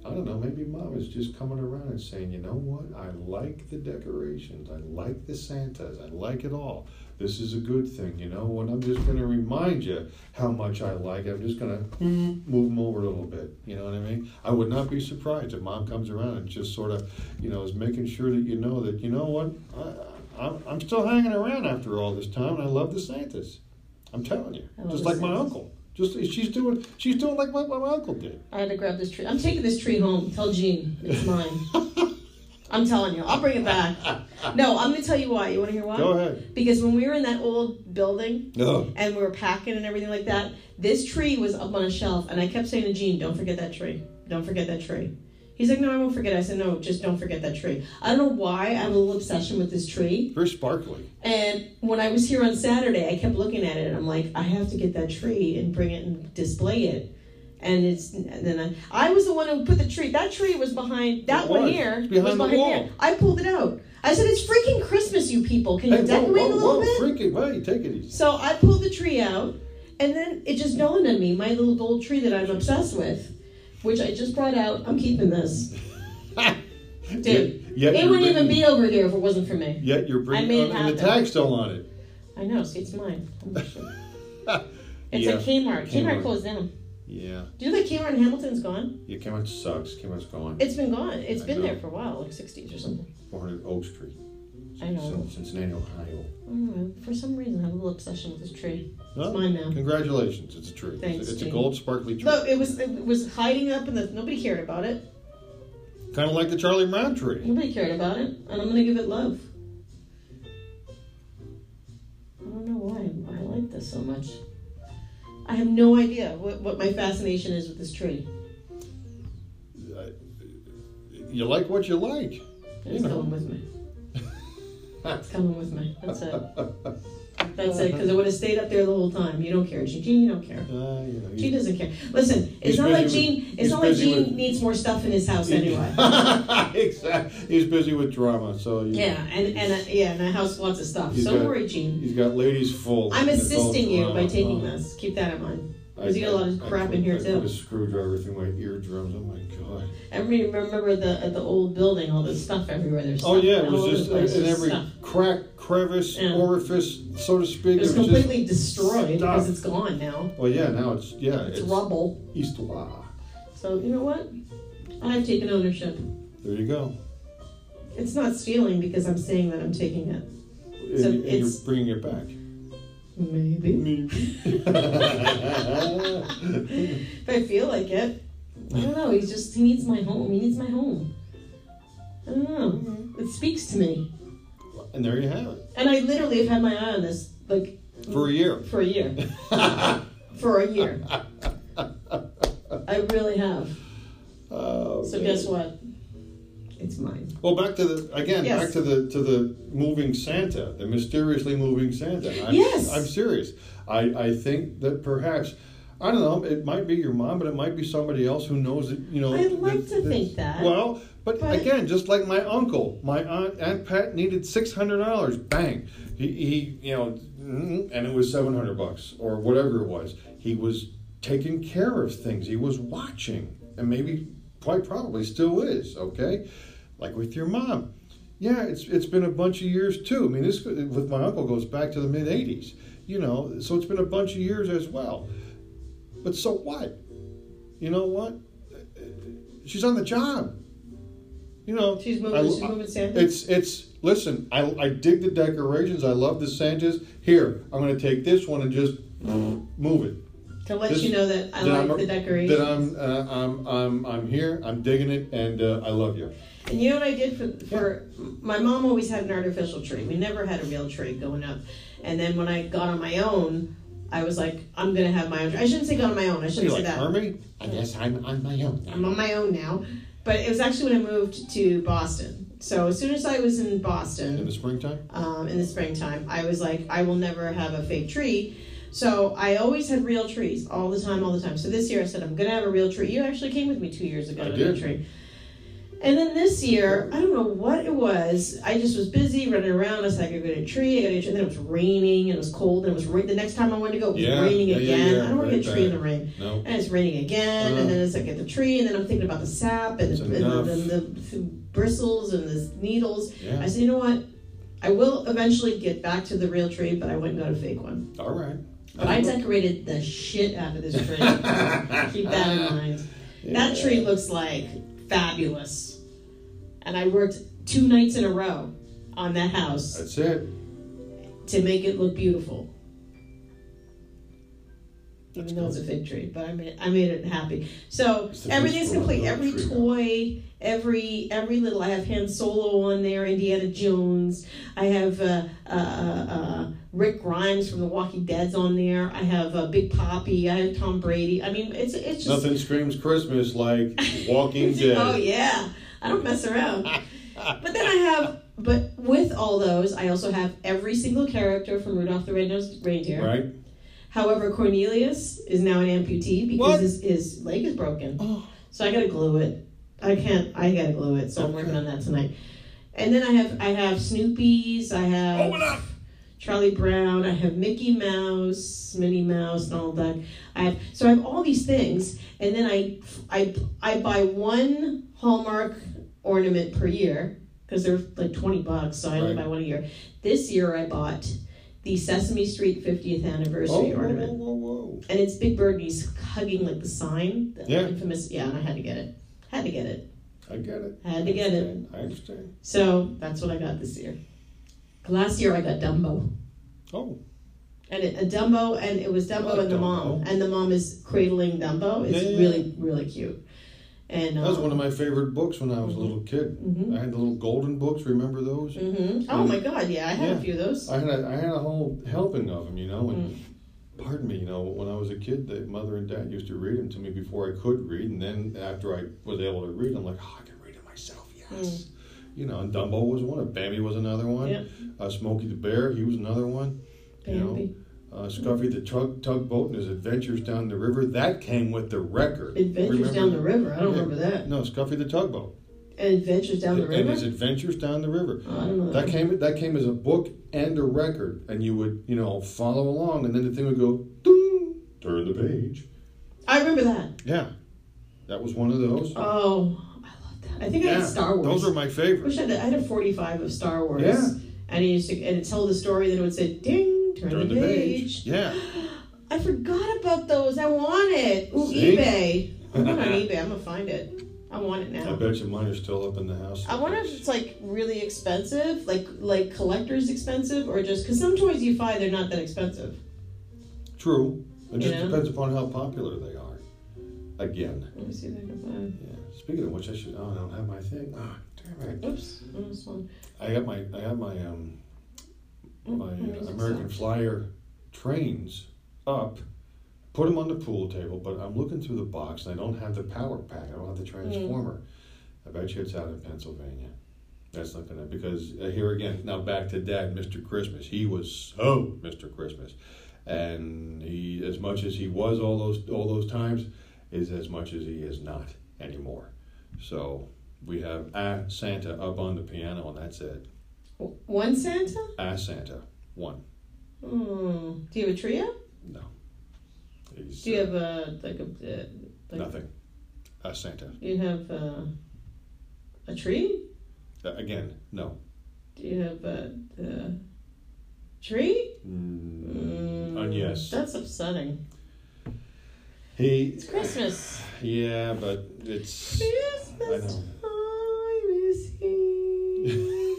Speaker 2: I don't know, maybe mom is just coming around and saying, you know what? I like the decorations. I like the Santas. I like it all. This is a good thing, you know? And I'm just going to remind you how much I like it. I'm just going to move them over a little bit. You know what I mean? I would not be surprised if mom comes around and just sort of, you know, is making sure that you know that, you know what? I, I, I'm- I'm still hanging around after all this time, and I love the Santas. I'm telling you.
Speaker 1: I love
Speaker 2: Just
Speaker 1: the
Speaker 2: like my
Speaker 1: Santas.
Speaker 2: uncle. Just she's doing she's doing like what my uncle did.
Speaker 1: I had to grab this tree. I'm taking this tree home. Tell Gene it's mine. I'm telling you, I'll bring it back. No, I'm gonna tell you why. You want to hear why?
Speaker 2: Go ahead.
Speaker 1: Because when we were in that old building
Speaker 2: No.
Speaker 1: and we were packing and everything like that, this tree was up on a shelf, and I kept saying to Gene, "Don't forget that tree. Don't forget that tree." He's like, "No, I won't forget." it." I said, "No, just don't forget that tree." I don't know why I have a little obsession with this tree.
Speaker 2: Very sparkly.
Speaker 1: And when I was here on Saturday, I kept looking at it and I'm like, I have to get that tree and bring it and display it. And it's and then I, I was the one who put the tree. That tree was behind that
Speaker 2: It
Speaker 1: one
Speaker 2: was.
Speaker 1: here.
Speaker 2: It's behind
Speaker 1: was
Speaker 2: the wall.
Speaker 1: there. I pulled it out. I said, "It's freaking Christmas, you people! Can you decorate a little bit?"
Speaker 2: freaking, wait, take it easy.
Speaker 1: So I pulled the tree out, and then it just dawned on me my little gold tree that I'm obsessed with, which I just brought out. I'm keeping this, dude.
Speaker 2: Yet, yet
Speaker 1: it
Speaker 2: you're
Speaker 1: wouldn't even
Speaker 2: bringing-
Speaker 1: be over here if it wasn't for me.
Speaker 2: Yet you're
Speaker 1: I
Speaker 2: bringing,
Speaker 1: made it
Speaker 2: and the
Speaker 1: happen.
Speaker 2: tag's still on it.
Speaker 1: I know. See, it's mine. It's
Speaker 2: yeah.
Speaker 1: like Kmart. Kmart.
Speaker 2: Kmart.
Speaker 1: closed down.
Speaker 2: yeah.
Speaker 1: Do you know that Kmart in Hamilton's gone?
Speaker 2: Yeah, Kmart sucks. Kmart's gone.
Speaker 1: It's been gone. It's
Speaker 2: I
Speaker 1: been
Speaker 2: know.
Speaker 1: there for a while, like 60s or something.
Speaker 2: 400 Oak Street,
Speaker 1: I know.
Speaker 2: Cin- Cincinnati, Ohio.
Speaker 1: I don't know. For some reason, I have a little obsession with this tree.
Speaker 2: Well,
Speaker 1: mine now.
Speaker 2: Congratulations, it's a tree. It's a-
Speaker 1: Thanks,
Speaker 2: it's a
Speaker 1: Jane.
Speaker 2: gold sparkly tree.
Speaker 1: No, it was it was hiding up, and the, nobody cared about it.
Speaker 2: Kind of like the Charlie Brown tree.
Speaker 1: Nobody cared about it, and I'm gonna give it love. I don't know why I like this so much. I have no idea what, what my fascination is with this tree.
Speaker 2: Uh, You like what you like.
Speaker 1: It's
Speaker 2: know.
Speaker 1: coming with me. It's coming with me. That's it. That's it. Because it would have stayed up there the whole time. You don't care, Gene. Gene, you don't care.
Speaker 2: Uh, you know,
Speaker 1: Gene
Speaker 2: you-
Speaker 1: doesn't care. Listen, it's
Speaker 2: He's
Speaker 1: not like
Speaker 2: busy with-
Speaker 1: Gene. It's
Speaker 2: he's
Speaker 1: not like
Speaker 2: busy
Speaker 1: Gene
Speaker 2: with-
Speaker 1: needs more stuff in his house anyway.
Speaker 2: exactly. He's busy with drama, so you-
Speaker 1: yeah, and and uh, yeah, and the house with lots of stuff.
Speaker 2: He's
Speaker 1: So don't
Speaker 2: got-
Speaker 1: worry, Gene.
Speaker 2: He's got ladies full.
Speaker 1: I'm
Speaker 2: It's all
Speaker 1: assisting you by
Speaker 2: drama.
Speaker 1: taking
Speaker 2: Oh.
Speaker 1: this. Keep that in mind.
Speaker 2: I-
Speaker 1: Because you got a lot of
Speaker 2: I-
Speaker 1: crap
Speaker 2: I
Speaker 1: in here
Speaker 2: put- I put a
Speaker 1: too.
Speaker 2: screwdriver through my eardrums. Oh my god!
Speaker 1: I re- remember the at the old building, all the stuff everywhere. There's
Speaker 2: Oh
Speaker 1: stuff
Speaker 2: yeah, it
Speaker 1: all over
Speaker 2: was
Speaker 1: the place,
Speaker 2: just in
Speaker 1: there's
Speaker 2: every
Speaker 1: stuff.
Speaker 2: crack, crevice,
Speaker 1: Yeah.
Speaker 2: orifice, so to speak.
Speaker 1: It was
Speaker 2: it was just-
Speaker 1: completely destroyed because
Speaker 2: stuff.
Speaker 1: it's gone now.
Speaker 2: well, yeah. Now it's yeah.
Speaker 1: It's, rubble.
Speaker 2: East Wah.
Speaker 1: So you know what? I've taken ownership.
Speaker 2: There you go.
Speaker 1: It's not stealing because I'm saying that I'm taking it.
Speaker 2: And,
Speaker 1: So
Speaker 2: and you're
Speaker 1: it's-
Speaker 2: bringing it back.
Speaker 1: Maybe
Speaker 2: Maybe.
Speaker 1: if I feel like it. I don't know. He's just he needs my home. He needs my home. I don't know.
Speaker 2: Mm-hmm.
Speaker 1: It speaks to me,
Speaker 2: and there you have it
Speaker 1: and I literally have had my eye on this like
Speaker 2: for a year.
Speaker 1: for a year. for a year. I really have.
Speaker 2: Oh,
Speaker 1: So
Speaker 2: man.
Speaker 1: guess what? It's mine.
Speaker 2: Well, back to the again,
Speaker 1: Yes.
Speaker 2: back to the to the moving Santa, the mysteriously moving Santa. I'm,
Speaker 1: Yes.
Speaker 2: I'm serious. I I think that perhaps I don't know. It might be your mom, but it might be somebody else who knows it. You know,
Speaker 1: I'd like to think that.
Speaker 2: Well, but,
Speaker 1: But-
Speaker 2: again, just like my uncle, my aunt Aunt Pat needed six hundred dollars. Bang, he, he you know, mm, and it was seven hundred bucks or whatever it was. He was taking care of things. He was watching, and maybe quite probably still is. Okay, like with your mom. Yeah, it's it's been a bunch of years too. I mean, this with my uncle goes back to the mid '80s. You know, so it's been a bunch of years as well. But so what? You know what? She's on the job. You know,
Speaker 1: She's moving-
Speaker 2: I-
Speaker 1: she's moving Santa?
Speaker 2: It's it's. Listen, I, I dig the decorations. I love the Santas. Here, I'm going to take this one and just move it.
Speaker 1: To let
Speaker 2: This-
Speaker 1: you know that I like the decorations.
Speaker 2: That I'm uh, I'm I'm I'm here. I'm digging it, and uh, I love you.
Speaker 1: And you know what I did for, for my mom always had an artificial tree. We never had a real tree going up. And then when I got on my own, I was like, I'm gonna have my own. Tree. I shouldn't say got on my own. I
Speaker 2: What are
Speaker 1: shouldn't say
Speaker 2: you like,
Speaker 1: that.
Speaker 2: Army?
Speaker 3: I guess I'm on my own now.
Speaker 1: I'm on my own now. But it was actually when I moved to Boston. So as soon as I was in Boston,
Speaker 2: In the springtime?
Speaker 1: um, in the springtime. I was like, I will never have a fake tree. So I always had real trees all the time, all the time. So this year I said, I'm going to have a real tree. You actually came with me two years ago
Speaker 2: I
Speaker 1: to
Speaker 2: did.
Speaker 1: the tree. And then this year, I don't know what it was. I just was busy running around. I said, I gotta go to a tree. I gotta go to a tree. And then it was raining and it was cold and it was ra- the next time I wanted to go, it was
Speaker 2: Yeah,
Speaker 1: raining
Speaker 2: yeah, yeah,
Speaker 1: again.
Speaker 2: yeah,
Speaker 1: I don't want to
Speaker 2: right
Speaker 1: get a tree in the
Speaker 2: back.
Speaker 1: rain.
Speaker 2: No.
Speaker 1: And it's raining again,
Speaker 2: Ugh.
Speaker 1: and then it's like at the tree, and then I'm thinking about the sap and,
Speaker 2: It's
Speaker 1: the, and the,
Speaker 2: enough.
Speaker 1: the, the bristles and the needles.
Speaker 2: Yeah.
Speaker 1: I said, you know what? I will eventually get back to the real tree, but I went and got a fake one.
Speaker 2: All right.
Speaker 1: But I decorated the shit out of this tree. Keep that in mind. That
Speaker 2: Yeah.
Speaker 1: tree looks like fabulous. And I worked two nights in a row on that house
Speaker 2: That's it.
Speaker 1: to make it look beautiful. Even though it's a fig tree, but I made I made it happy. So
Speaker 2: It's the
Speaker 1: everything's
Speaker 2: peaceful
Speaker 1: complete.
Speaker 2: little
Speaker 1: Every
Speaker 2: tree.
Speaker 1: toy, every every little. I have Han Solo on there, Indiana Jones. I have uh, uh, uh, uh, Rick Grimes from The Walking Dead's on there. I have uh, Big Poppy. I have Tom Brady. I mean, it's it's just
Speaker 2: Nothing screams Christmas like Walking Dead.
Speaker 1: Oh yeah, I don't mess around. but then I have, but with all those, I also have every single character from Rudolph the Red-Nosed Reindeer.
Speaker 2: Right?
Speaker 1: However, Cornelius is now an amputee because
Speaker 2: What?
Speaker 1: his, his leg is broken.
Speaker 2: Oh.
Speaker 1: So I gotta glue it. I can't. I gotta glue it. So I'm working on that tonight. And then I have I have Snoopy's. I have
Speaker 2: Open up!
Speaker 1: Charlie Brown, I have Mickey Mouse, Minnie Mouse, Donald Duck. I have so I have all these things, and then I I I buy one Hallmark ornament per year because they're like twenty bucks, so I only
Speaker 2: Right.
Speaker 1: buy one a year. This year I bought the Sesame Street 50th anniversary
Speaker 2: Oh, whoa,
Speaker 1: ornament.
Speaker 2: whoa, whoa, whoa.
Speaker 1: And it's Big Bird and he's hugging like the sign, the
Speaker 2: Yeah.
Speaker 1: infamous. Yeah, and I had to get it. Had to get it.
Speaker 2: I get it.
Speaker 1: Had to get it.
Speaker 2: I understand.
Speaker 1: So that's what I got this year. Last year I got Dumbo.
Speaker 2: Oh,
Speaker 1: And it, a Dumbo, and it was Dumbo
Speaker 2: I like
Speaker 1: and the
Speaker 2: Oh, Dumbo.
Speaker 1: mom. And the mom is cradling Dumbo. It's
Speaker 2: Yeah, yeah, yeah.
Speaker 1: really, really cute. And um,
Speaker 2: that was one of my favorite books when I was a little kid.
Speaker 1: Mhm.
Speaker 2: I had the little golden books. Remember those?
Speaker 1: hmm Oh my god, yeah, I had a
Speaker 2: Yeah.
Speaker 1: few of those.
Speaker 2: I had a, I had a whole helping of them, you know. And pardon me, you know, when I was a kid, the mother and dad used to read them to me before I could read, and then after I was able to read, I'm like, oh, I can read it myself, yes. You know, and Dumbo was one, and Bambi was another one.
Speaker 1: Yep.
Speaker 2: Uh, Smokey the Bear, he was another one. You know,
Speaker 1: Bambi.
Speaker 2: uh, Scuffy the tug tugboat and his adventures down the river. That came with the record.
Speaker 1: Adventures
Speaker 2: Remember-
Speaker 1: down the river. I don't
Speaker 2: Yeah.
Speaker 1: remember that.
Speaker 2: No, Scuffy the tugboat.
Speaker 1: Adventures down the
Speaker 2: And- And his
Speaker 1: river.
Speaker 2: adventures down the river.
Speaker 1: Oh, I don't know.
Speaker 2: That came that came as a book and a record, and you would you know follow along, and then the thing would go, Ding, turn the page.
Speaker 1: I remember that.
Speaker 2: Yeah, that was one of those.
Speaker 1: Oh, I love that. I think I
Speaker 2: yeah,
Speaker 1: had Star Wars.
Speaker 2: Those are my
Speaker 1: I
Speaker 2: favorites.
Speaker 1: wish I had, I had a 45 of Star Wars.
Speaker 2: Yeah.
Speaker 1: And it, used to, and it told the story, then it would say, ding, turn,
Speaker 2: Turn
Speaker 1: the, page.
Speaker 2: Yeah,
Speaker 1: I forgot about those. I want it. Ooh,
Speaker 2: See?
Speaker 1: eBay. I'm not on eBay. I'm going to find it. I want it
Speaker 2: I
Speaker 1: now.
Speaker 2: bet you mine are still up in the house.
Speaker 1: I wonder if it's like really expensive, like like collector's expensive, or just because some toys you find they're not that expensive.
Speaker 2: True. It just
Speaker 1: Yeah.
Speaker 2: depends upon how popular they are. Again.
Speaker 1: Let me see if I can find.
Speaker 2: Yeah. Speaking of which, I should. Oh, I don't have my thing. Oh, damn it.
Speaker 1: Oops, I lost one.
Speaker 2: I got my I got my um
Speaker 1: Mm,
Speaker 2: my uh,
Speaker 1: music
Speaker 2: American
Speaker 1: sucks.
Speaker 2: Flyer trains up, put them on the pool table, but I'm looking through the box and I don't have the power pack. I don't have the transformer. I bet you it's out in Pennsylvania. That's not gonna because uh, here again now back to Dad, Mr. Christmas. He was so Mr. Christmas, and he as much as he was all those all those times is as much as he is not anymore. So we have Ah Santa up on the piano and that's it.
Speaker 1: W- One Santa?
Speaker 2: Ah Santa one.
Speaker 1: Hmm. Do you have a trio?
Speaker 2: No. He's,
Speaker 1: Do you
Speaker 2: uh,
Speaker 1: have a like a uh, like
Speaker 2: nothing? Ah Santa
Speaker 1: Do you have uh, a tree?
Speaker 2: Uh, again. No.
Speaker 1: Do you have a, uh tree?
Speaker 2: Mm, uh, yes.
Speaker 1: That's upsetting.
Speaker 2: He.
Speaker 1: It's Christmas.
Speaker 2: Yeah, but it's.
Speaker 1: Christmas time is here.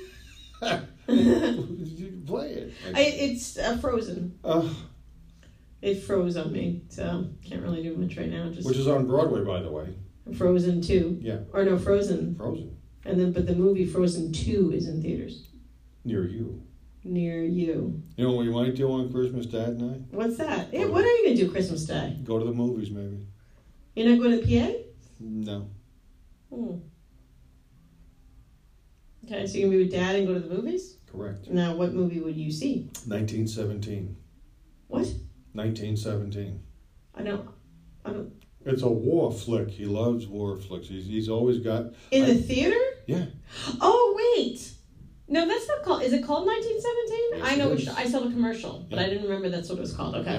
Speaker 2: you play it.
Speaker 1: I, it's uh, frozen.
Speaker 2: Uh,
Speaker 1: It froze on me, so can't really do much right now. Just
Speaker 2: which is on Broadway, by the way.
Speaker 1: Frozen Two,
Speaker 2: Yeah,
Speaker 1: or no, Frozen,
Speaker 2: Frozen
Speaker 1: and then but the movie Frozen Two is in theaters
Speaker 2: near you.
Speaker 1: near you.
Speaker 2: You know what we might do on Christmas, Dad and I?
Speaker 1: What's that? Yeah, what are you gonna do Christmas Day?
Speaker 2: Go to the movies, maybe.
Speaker 1: You're not going to PA?
Speaker 2: No.
Speaker 1: Hmm. Okay, so you can be with dad and go to the movies?
Speaker 2: Correct.
Speaker 1: Now, what movie would you see?
Speaker 2: 1917.
Speaker 1: What?
Speaker 2: 1917.
Speaker 1: I don't. I don't.
Speaker 2: It's a war flick. He loves war flicks. He's, he's always got.
Speaker 1: In
Speaker 2: I-
Speaker 1: the theater?
Speaker 2: Yeah.
Speaker 1: Oh, wait! No, that's not called. Is it called 1917?
Speaker 2: Yes,
Speaker 1: I know
Speaker 2: it
Speaker 1: which.
Speaker 2: is.
Speaker 1: I saw the commercial, but I
Speaker 2: Yeah.
Speaker 1: didn't remember that's what it was called. Okay.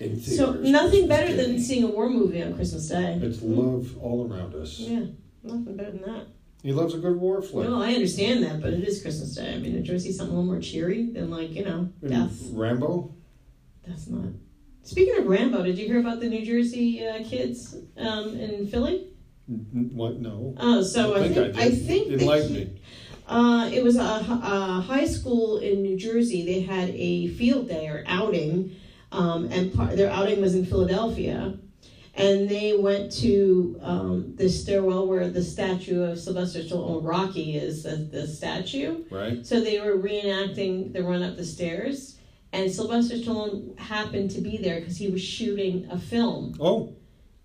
Speaker 2: Yeah. In
Speaker 1: So,
Speaker 2: theaters,
Speaker 1: nothing
Speaker 2: Christmas
Speaker 1: better than
Speaker 2: Day.
Speaker 1: seeing a war movie on Christmas Day.
Speaker 2: It's love all around us.
Speaker 1: Yeah, nothing better than that.
Speaker 2: He loves a good war flick.
Speaker 1: Well, I understand that, but it is Christmas Day. I mean, did you see something a little more cheery than, like, you know,
Speaker 2: And
Speaker 1: death?
Speaker 2: Rambo?
Speaker 1: That's not. Speaking of Rambo, did you hear about the New Jersey uh, kids um, in Philly?
Speaker 2: N- n- What? No.
Speaker 1: Oh, so I, think, I
Speaker 2: did.
Speaker 1: think that
Speaker 2: Enlighten
Speaker 1: he-
Speaker 2: me.
Speaker 1: Uh, it was a, h- a high school in New Jersey. They had a field day or outing, um, and part, their outing was in Philadelphia. And they went to um, the stairwell where the statue of Sylvester Stallone Rocky is the, the statue.
Speaker 2: Right?
Speaker 1: So they were reenacting the run up the stairs, and Sylvester Stallone happened to be there because he was shooting a film.
Speaker 2: Oh.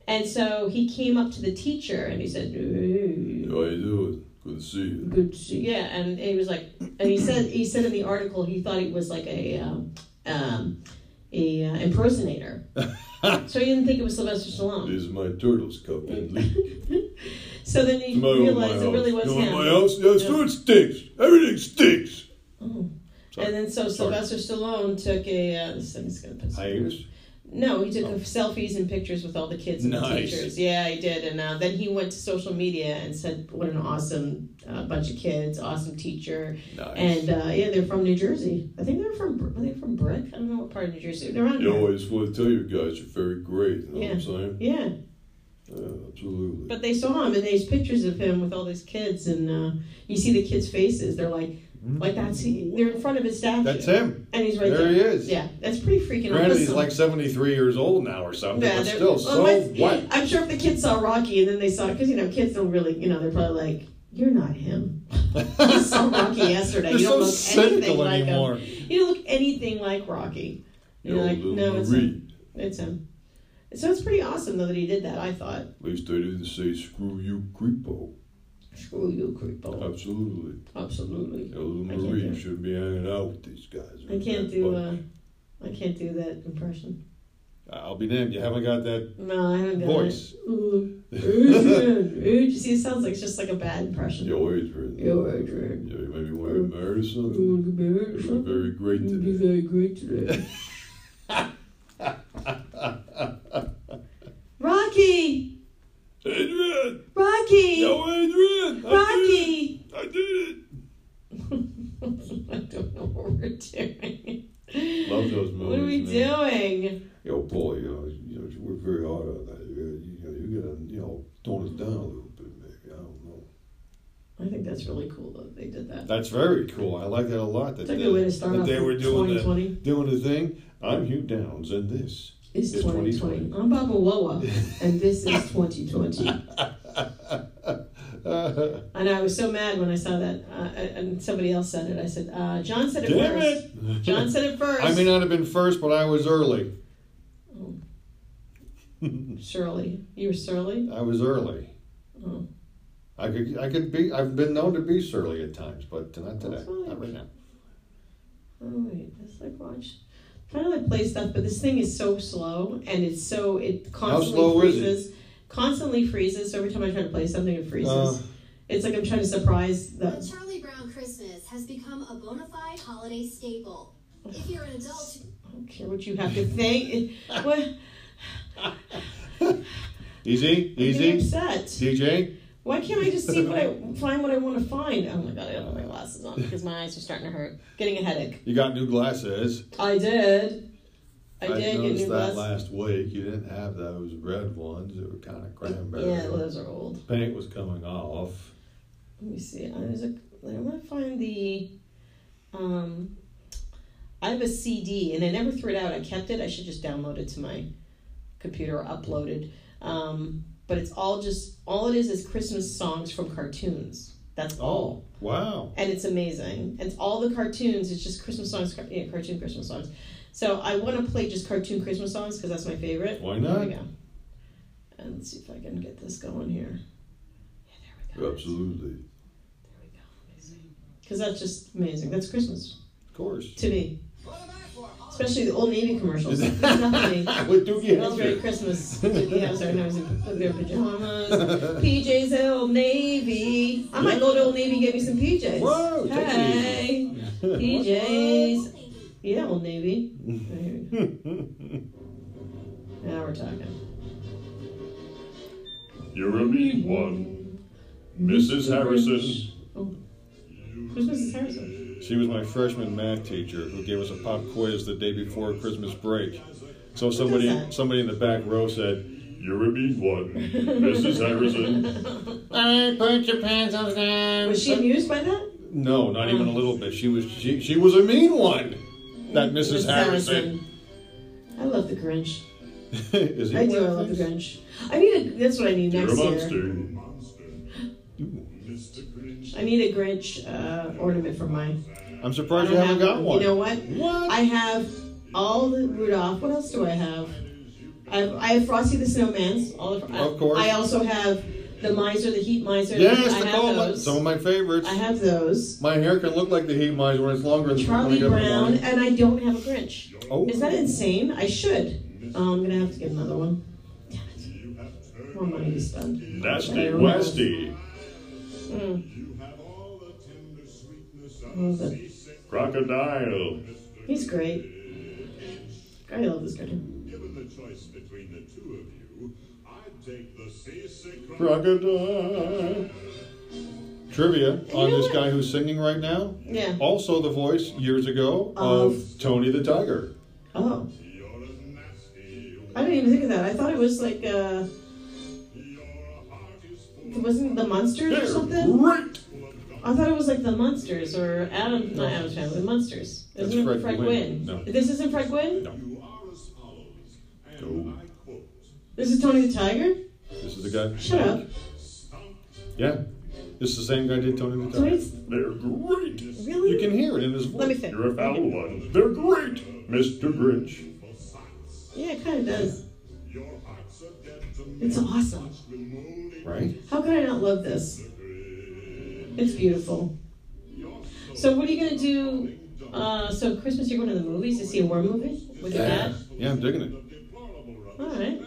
Speaker 1: And so he came up to the teacher and he said, "Hey,
Speaker 2: How you doing? Good to see you.
Speaker 1: "Good, to see-" yeah." And he was like, and he said, he said in the article he thought it was like a, um, um, a uh, impersonator. so he didn't think it was Sylvester Stallone.
Speaker 2: This is my turtle's cup and
Speaker 1: So then he realized it really was him.
Speaker 2: house? Yeah,
Speaker 1: so
Speaker 2: it stinks. Everything stinks.
Speaker 1: Oh.
Speaker 2: Sorry.
Speaker 1: And then so
Speaker 2: Sorry.
Speaker 1: Sylvester Stallone took a. Uh, this thing's gonna piss me off.
Speaker 2: Hiatus.
Speaker 1: No, he took
Speaker 2: Oh.
Speaker 1: selfies and pictures with all the kids and the
Speaker 5: Nice.
Speaker 1: teachers. Yeah, he did. And uh, then he went to social media and said, "What an awesome uh, bunch of kids! Awesome teacher!"
Speaker 5: Nice.
Speaker 1: And uh, yeah, they're from New Jersey. I think they're from Br- were they from Brick? I don't know what part of New Jersey they're on.
Speaker 5: You always want to tell you guys you're very great. You know what
Speaker 1: Yeah.
Speaker 5: I'm saying?
Speaker 1: Yeah,
Speaker 5: Yeah, absolutely.
Speaker 1: but they saw him and there's pictures of him with all these kids, and uh, you see the kids' faces. They're like, like that's he. They're in front of his statue,
Speaker 2: That's him.
Speaker 1: and he's right
Speaker 2: There
Speaker 1: there.
Speaker 2: he is.
Speaker 1: Yeah, that's pretty freaking
Speaker 2: Granted,
Speaker 1: awesome.
Speaker 2: he's like 73 years old now or something,
Speaker 1: Yeah,
Speaker 2: but
Speaker 1: they're-
Speaker 2: still,
Speaker 1: well,
Speaker 2: so
Speaker 1: my-
Speaker 2: what?
Speaker 1: I'm sure if the kids saw Rocky and then they saw, because you know, kids don't really, you know, they're probably like, "You're not him." I saw Rocky yesterday.
Speaker 2: They're
Speaker 1: you don't
Speaker 2: so
Speaker 1: look anything
Speaker 2: cynical
Speaker 1: like
Speaker 2: anymore.
Speaker 1: him. You don't look anything like Rocky.
Speaker 5: You
Speaker 1: You're
Speaker 5: know,
Speaker 1: like,
Speaker 5: little
Speaker 1: no, it's him.
Speaker 5: Marie.
Speaker 1: It's him. So it's pretty awesome though that he did that. I thought,
Speaker 5: At least they didn't say screw you, creepo.
Speaker 1: screw you, creepo.
Speaker 5: Absolutely.
Speaker 1: Absolutely.
Speaker 5: You know, little
Speaker 1: I can't
Speaker 5: Marie
Speaker 1: do it.
Speaker 5: should be hanging out with these guys.
Speaker 1: I can't do.
Speaker 5: But
Speaker 1: Uh, I can't do that impression.
Speaker 2: I'll be damned. You haven't got that.
Speaker 1: No, I haven't got
Speaker 2: Voice.
Speaker 1: It. Ooh, Adrian, Adrian. You see, it sounds like it's just like a bad impression.
Speaker 5: You always written.
Speaker 1: Yo, Adrian.
Speaker 5: You know, you maybe want to marry
Speaker 1: You
Speaker 5: something.
Speaker 1: want to be married or
Speaker 5: You're
Speaker 1: something?
Speaker 5: very great
Speaker 1: You'd be
Speaker 5: today.
Speaker 1: very great today. Rocky!
Speaker 5: Adrian!
Speaker 1: Rocky!
Speaker 5: Yo, Adrian! I
Speaker 1: Rocky!
Speaker 5: did it! I did
Speaker 1: I don't know what we're doing.
Speaker 5: it! Love those movies.
Speaker 1: What are we
Speaker 5: man.
Speaker 1: doing?
Speaker 5: Yo, Paul, you know, you know, you work very hard on that. You, you know, you gotta, you know, tone it down a little bit, maybe. I don't know.
Speaker 1: I think that's really cool that they did that.
Speaker 2: That's very cool. I like that a lot. That
Speaker 1: It's a
Speaker 2: they,
Speaker 1: good way to start
Speaker 2: that
Speaker 1: off
Speaker 2: they were doing the,
Speaker 1: 2020.
Speaker 2: doing the thing. I'm Hugh Downs, and this.
Speaker 1: It's
Speaker 2: It's
Speaker 1: 2020. I'm Baba Wawa, and this is 2020. and I was so mad when I saw that, uh, and somebody else said it. I said, uh, "John said it
Speaker 2: Damn
Speaker 1: first. John said it first.
Speaker 2: I may not have been first, but I was early. uh,
Speaker 1: Shirley, you were Shirley.
Speaker 2: I was early.
Speaker 1: Oh.
Speaker 2: I could, I could be. I've been known to be surly at times, but not today.
Speaker 1: That's fine.
Speaker 2: Not right now.
Speaker 1: Oh wait, it's like watch. Kind of like play stuff, but this thing is so slow, and it's so it constantly
Speaker 2: slow is it?
Speaker 1: freezes. Constantly freezes. So every time I try to play something, it freezes.
Speaker 2: Uh.
Speaker 1: it's like I'm trying to surprise
Speaker 6: The
Speaker 1: the.
Speaker 6: Charlie Brown Christmas has become a bona fide holiday staple. If you're an adult,
Speaker 1: I don't care what you have to think. It- what?
Speaker 2: Easy,
Speaker 1: I'm
Speaker 2: easy.
Speaker 1: upset.
Speaker 2: DJ,
Speaker 1: Why can't I just see what I find what I want to find? Oh my god, I don't have my glasses on because my eyes are starting to hurt. Getting a headache.
Speaker 2: you got new glasses.
Speaker 1: I did. I, did get
Speaker 5: noticed
Speaker 1: new
Speaker 5: that
Speaker 1: glasses.
Speaker 5: last week. You didn't have those red ones. They were kind of cranberry.
Speaker 1: yeah, those are old.
Speaker 5: Paint was coming off.
Speaker 1: Let me see. I was a, I want to find the. Um, I have a CD and I never threw it out. I kept it. I should just download it to my computer or upload it. Um, but it's all just all it is is Christmas songs from cartoons. That's all.
Speaker 2: Oh, wow.
Speaker 1: and it's amazing. It's all the cartoons. It's just Christmas songs, car- yeah, cartoon Christmas songs. So I want to play just cartoon Christmas songs because that's my favorite.
Speaker 2: Why
Speaker 1: There
Speaker 2: not?
Speaker 1: we go. And let's see if I can get this going here. Yeah, there we go.
Speaker 5: Absolutely.
Speaker 1: There we go. Amazing. Because that's just amazing. That's Christmas
Speaker 2: Of course.
Speaker 1: to me. Especially the old Navy commercials. There's nothing.
Speaker 2: With Doogie
Speaker 1: Smells
Speaker 2: Howser.
Speaker 1: great Christmas. Yeah, I'm sorry, no, I was in their pajamas. PJs at Old Navy. I might go to Old Navy and get me some PJs.
Speaker 2: Whoa, take it
Speaker 1: hey, PJs.
Speaker 6: thank you.
Speaker 1: Yeah, Old Navy. Right, here we go. now we're talking.
Speaker 5: You're a mean one, Mrs. Harrison.
Speaker 1: Oh. Christmas is Harrison.
Speaker 2: She was my freshman math teacher who gave us a pop quiz the day before Christmas break. So somebody
Speaker 1: that?
Speaker 2: somebody in the back row said,
Speaker 5: You're a mean one, Mrs. Harrison.
Speaker 3: All right, put your pencils down.
Speaker 1: Was she amused by that?
Speaker 2: No, not even a little bit. She was she, she was a mean one.
Speaker 1: Mm,
Speaker 2: That Mrs. Harrison.
Speaker 1: I love the Grinch.
Speaker 2: Is he
Speaker 1: I
Speaker 2: one
Speaker 1: do. I
Speaker 2: of
Speaker 1: love the
Speaker 2: these?
Speaker 1: Grinch. I need a. That's what I need
Speaker 5: You're
Speaker 1: next
Speaker 5: a
Speaker 1: year.
Speaker 5: monster.
Speaker 1: I need a Grinch uh, ornament for my
Speaker 2: I'm surprised you haven't got one.
Speaker 1: You know what?
Speaker 2: What?
Speaker 1: I have all the Rudolph. What else do I have? I have, I have Frosty the Snowman's. All the,
Speaker 2: Of course.
Speaker 1: I also have the Miser, the Heat Miser.
Speaker 2: yes,
Speaker 1: I
Speaker 2: the
Speaker 1: have
Speaker 2: cola.
Speaker 1: those.
Speaker 2: Some of my favorites.
Speaker 1: I have those.
Speaker 2: my hair can look like the heat miser when it's longer than
Speaker 1: Charlie
Speaker 2: when I got
Speaker 1: Brown,
Speaker 2: it
Speaker 1: and I don't have a Grinch.
Speaker 2: long. Oh,
Speaker 1: Is that insane? I should. Oh, I'm gonna have to get another one. Damn it. More money to spend.
Speaker 5: Nasty
Speaker 1: I don't know.
Speaker 5: Westy.
Speaker 1: Mm. Love it.
Speaker 5: Crocodile.
Speaker 1: He's great. I love this guy.
Speaker 7: the choice between the two of you, I'd take the seasick
Speaker 2: Crocodile. Trivia on
Speaker 1: know
Speaker 2: this
Speaker 1: what?
Speaker 2: guy who's singing right now.
Speaker 1: Yeah.
Speaker 2: Also, the voice years ago of, Tony the Tiger.
Speaker 1: Oh,
Speaker 7: You're as nasty.
Speaker 1: I didn't even think of that. I thought it was like uh,
Speaker 7: Your heart is
Speaker 1: it
Speaker 7: full
Speaker 1: wasn't the Munsters or something.
Speaker 2: Right.
Speaker 7: of
Speaker 1: I thought it was like the Munsters or Adam, not Adam's family, the Munsters.
Speaker 2: That's
Speaker 1: Isn't
Speaker 2: Fred
Speaker 1: it Fred
Speaker 2: Gwynn.
Speaker 1: Gwynn?
Speaker 2: No.
Speaker 1: This isn't Fred Gwynn.
Speaker 2: No.
Speaker 7: You are as follows, and I quote,
Speaker 1: This is Tony the Tiger.
Speaker 2: This is the guy.
Speaker 1: Shut up.
Speaker 7: stumped
Speaker 2: Yeah. This is the same guy did Tony the
Speaker 1: So
Speaker 2: Tiger.
Speaker 1: it's-
Speaker 2: They're great.
Speaker 1: Really?
Speaker 2: You can hear it in his voice.
Speaker 1: Let me think.
Speaker 2: You're a foul one. They're great, Mr. Grinch.
Speaker 7: for science.
Speaker 1: Yeah, it kind of does.
Speaker 7: Your hearts are dead to me.
Speaker 1: It's awesome.
Speaker 7: The molding
Speaker 2: Right?
Speaker 1: How could I not love this? It's beautiful. So what are you gonna do? Uh, so Christmas, you're going to the movies to see a war movie with your dad.
Speaker 2: Yeah, I'm digging it.
Speaker 1: All right.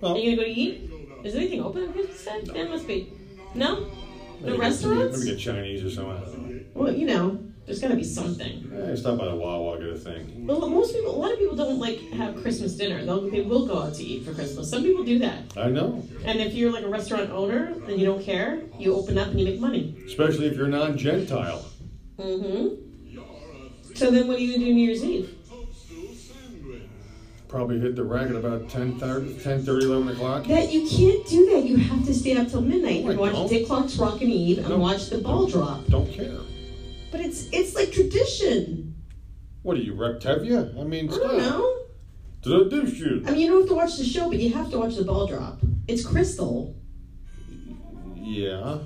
Speaker 2: Well,
Speaker 1: Are you gonna go to eat? Is anything open on Christmas time? Yeah, it must be. No.
Speaker 2: maybe
Speaker 1: No
Speaker 2: get-
Speaker 1: restaurants?
Speaker 2: Maybe get Chinese or something. I don't know.
Speaker 1: Well, you know, there's gotta be something.
Speaker 2: Yeah, stop by the Wawa, get a thing.
Speaker 1: Well, most people, a lot of people don't like have Christmas dinner. They'll, they will go out to eat for Christmas. Some people do that.
Speaker 2: I know.
Speaker 1: And if you're like a restaurant owner and you don't care, you open up and you make money.
Speaker 2: Especially if you're non-Gentile.
Speaker 1: Mm-hmm. So then, what are you gonna do New Year's Eve?
Speaker 7: toadstool sandwich.
Speaker 2: Probably hit the rack at about 10, 30, 11 o'clock.
Speaker 1: That you can't do that. You have to stay up till midnight
Speaker 2: Oh, I
Speaker 1: and watch
Speaker 2: don't.
Speaker 1: Dick Clark's Rockin' Eve and
Speaker 2: No.
Speaker 1: watch the ball drop.
Speaker 2: Don't care.
Speaker 1: But it's it's like tradition.
Speaker 2: What are you, Reptavia? I mean,
Speaker 1: I don't
Speaker 2: stop.
Speaker 1: know. I
Speaker 2: Tradition.
Speaker 1: mean, you don't have to watch the show, but you have to watch the ball drop. It's Crystal.
Speaker 2: Yeah,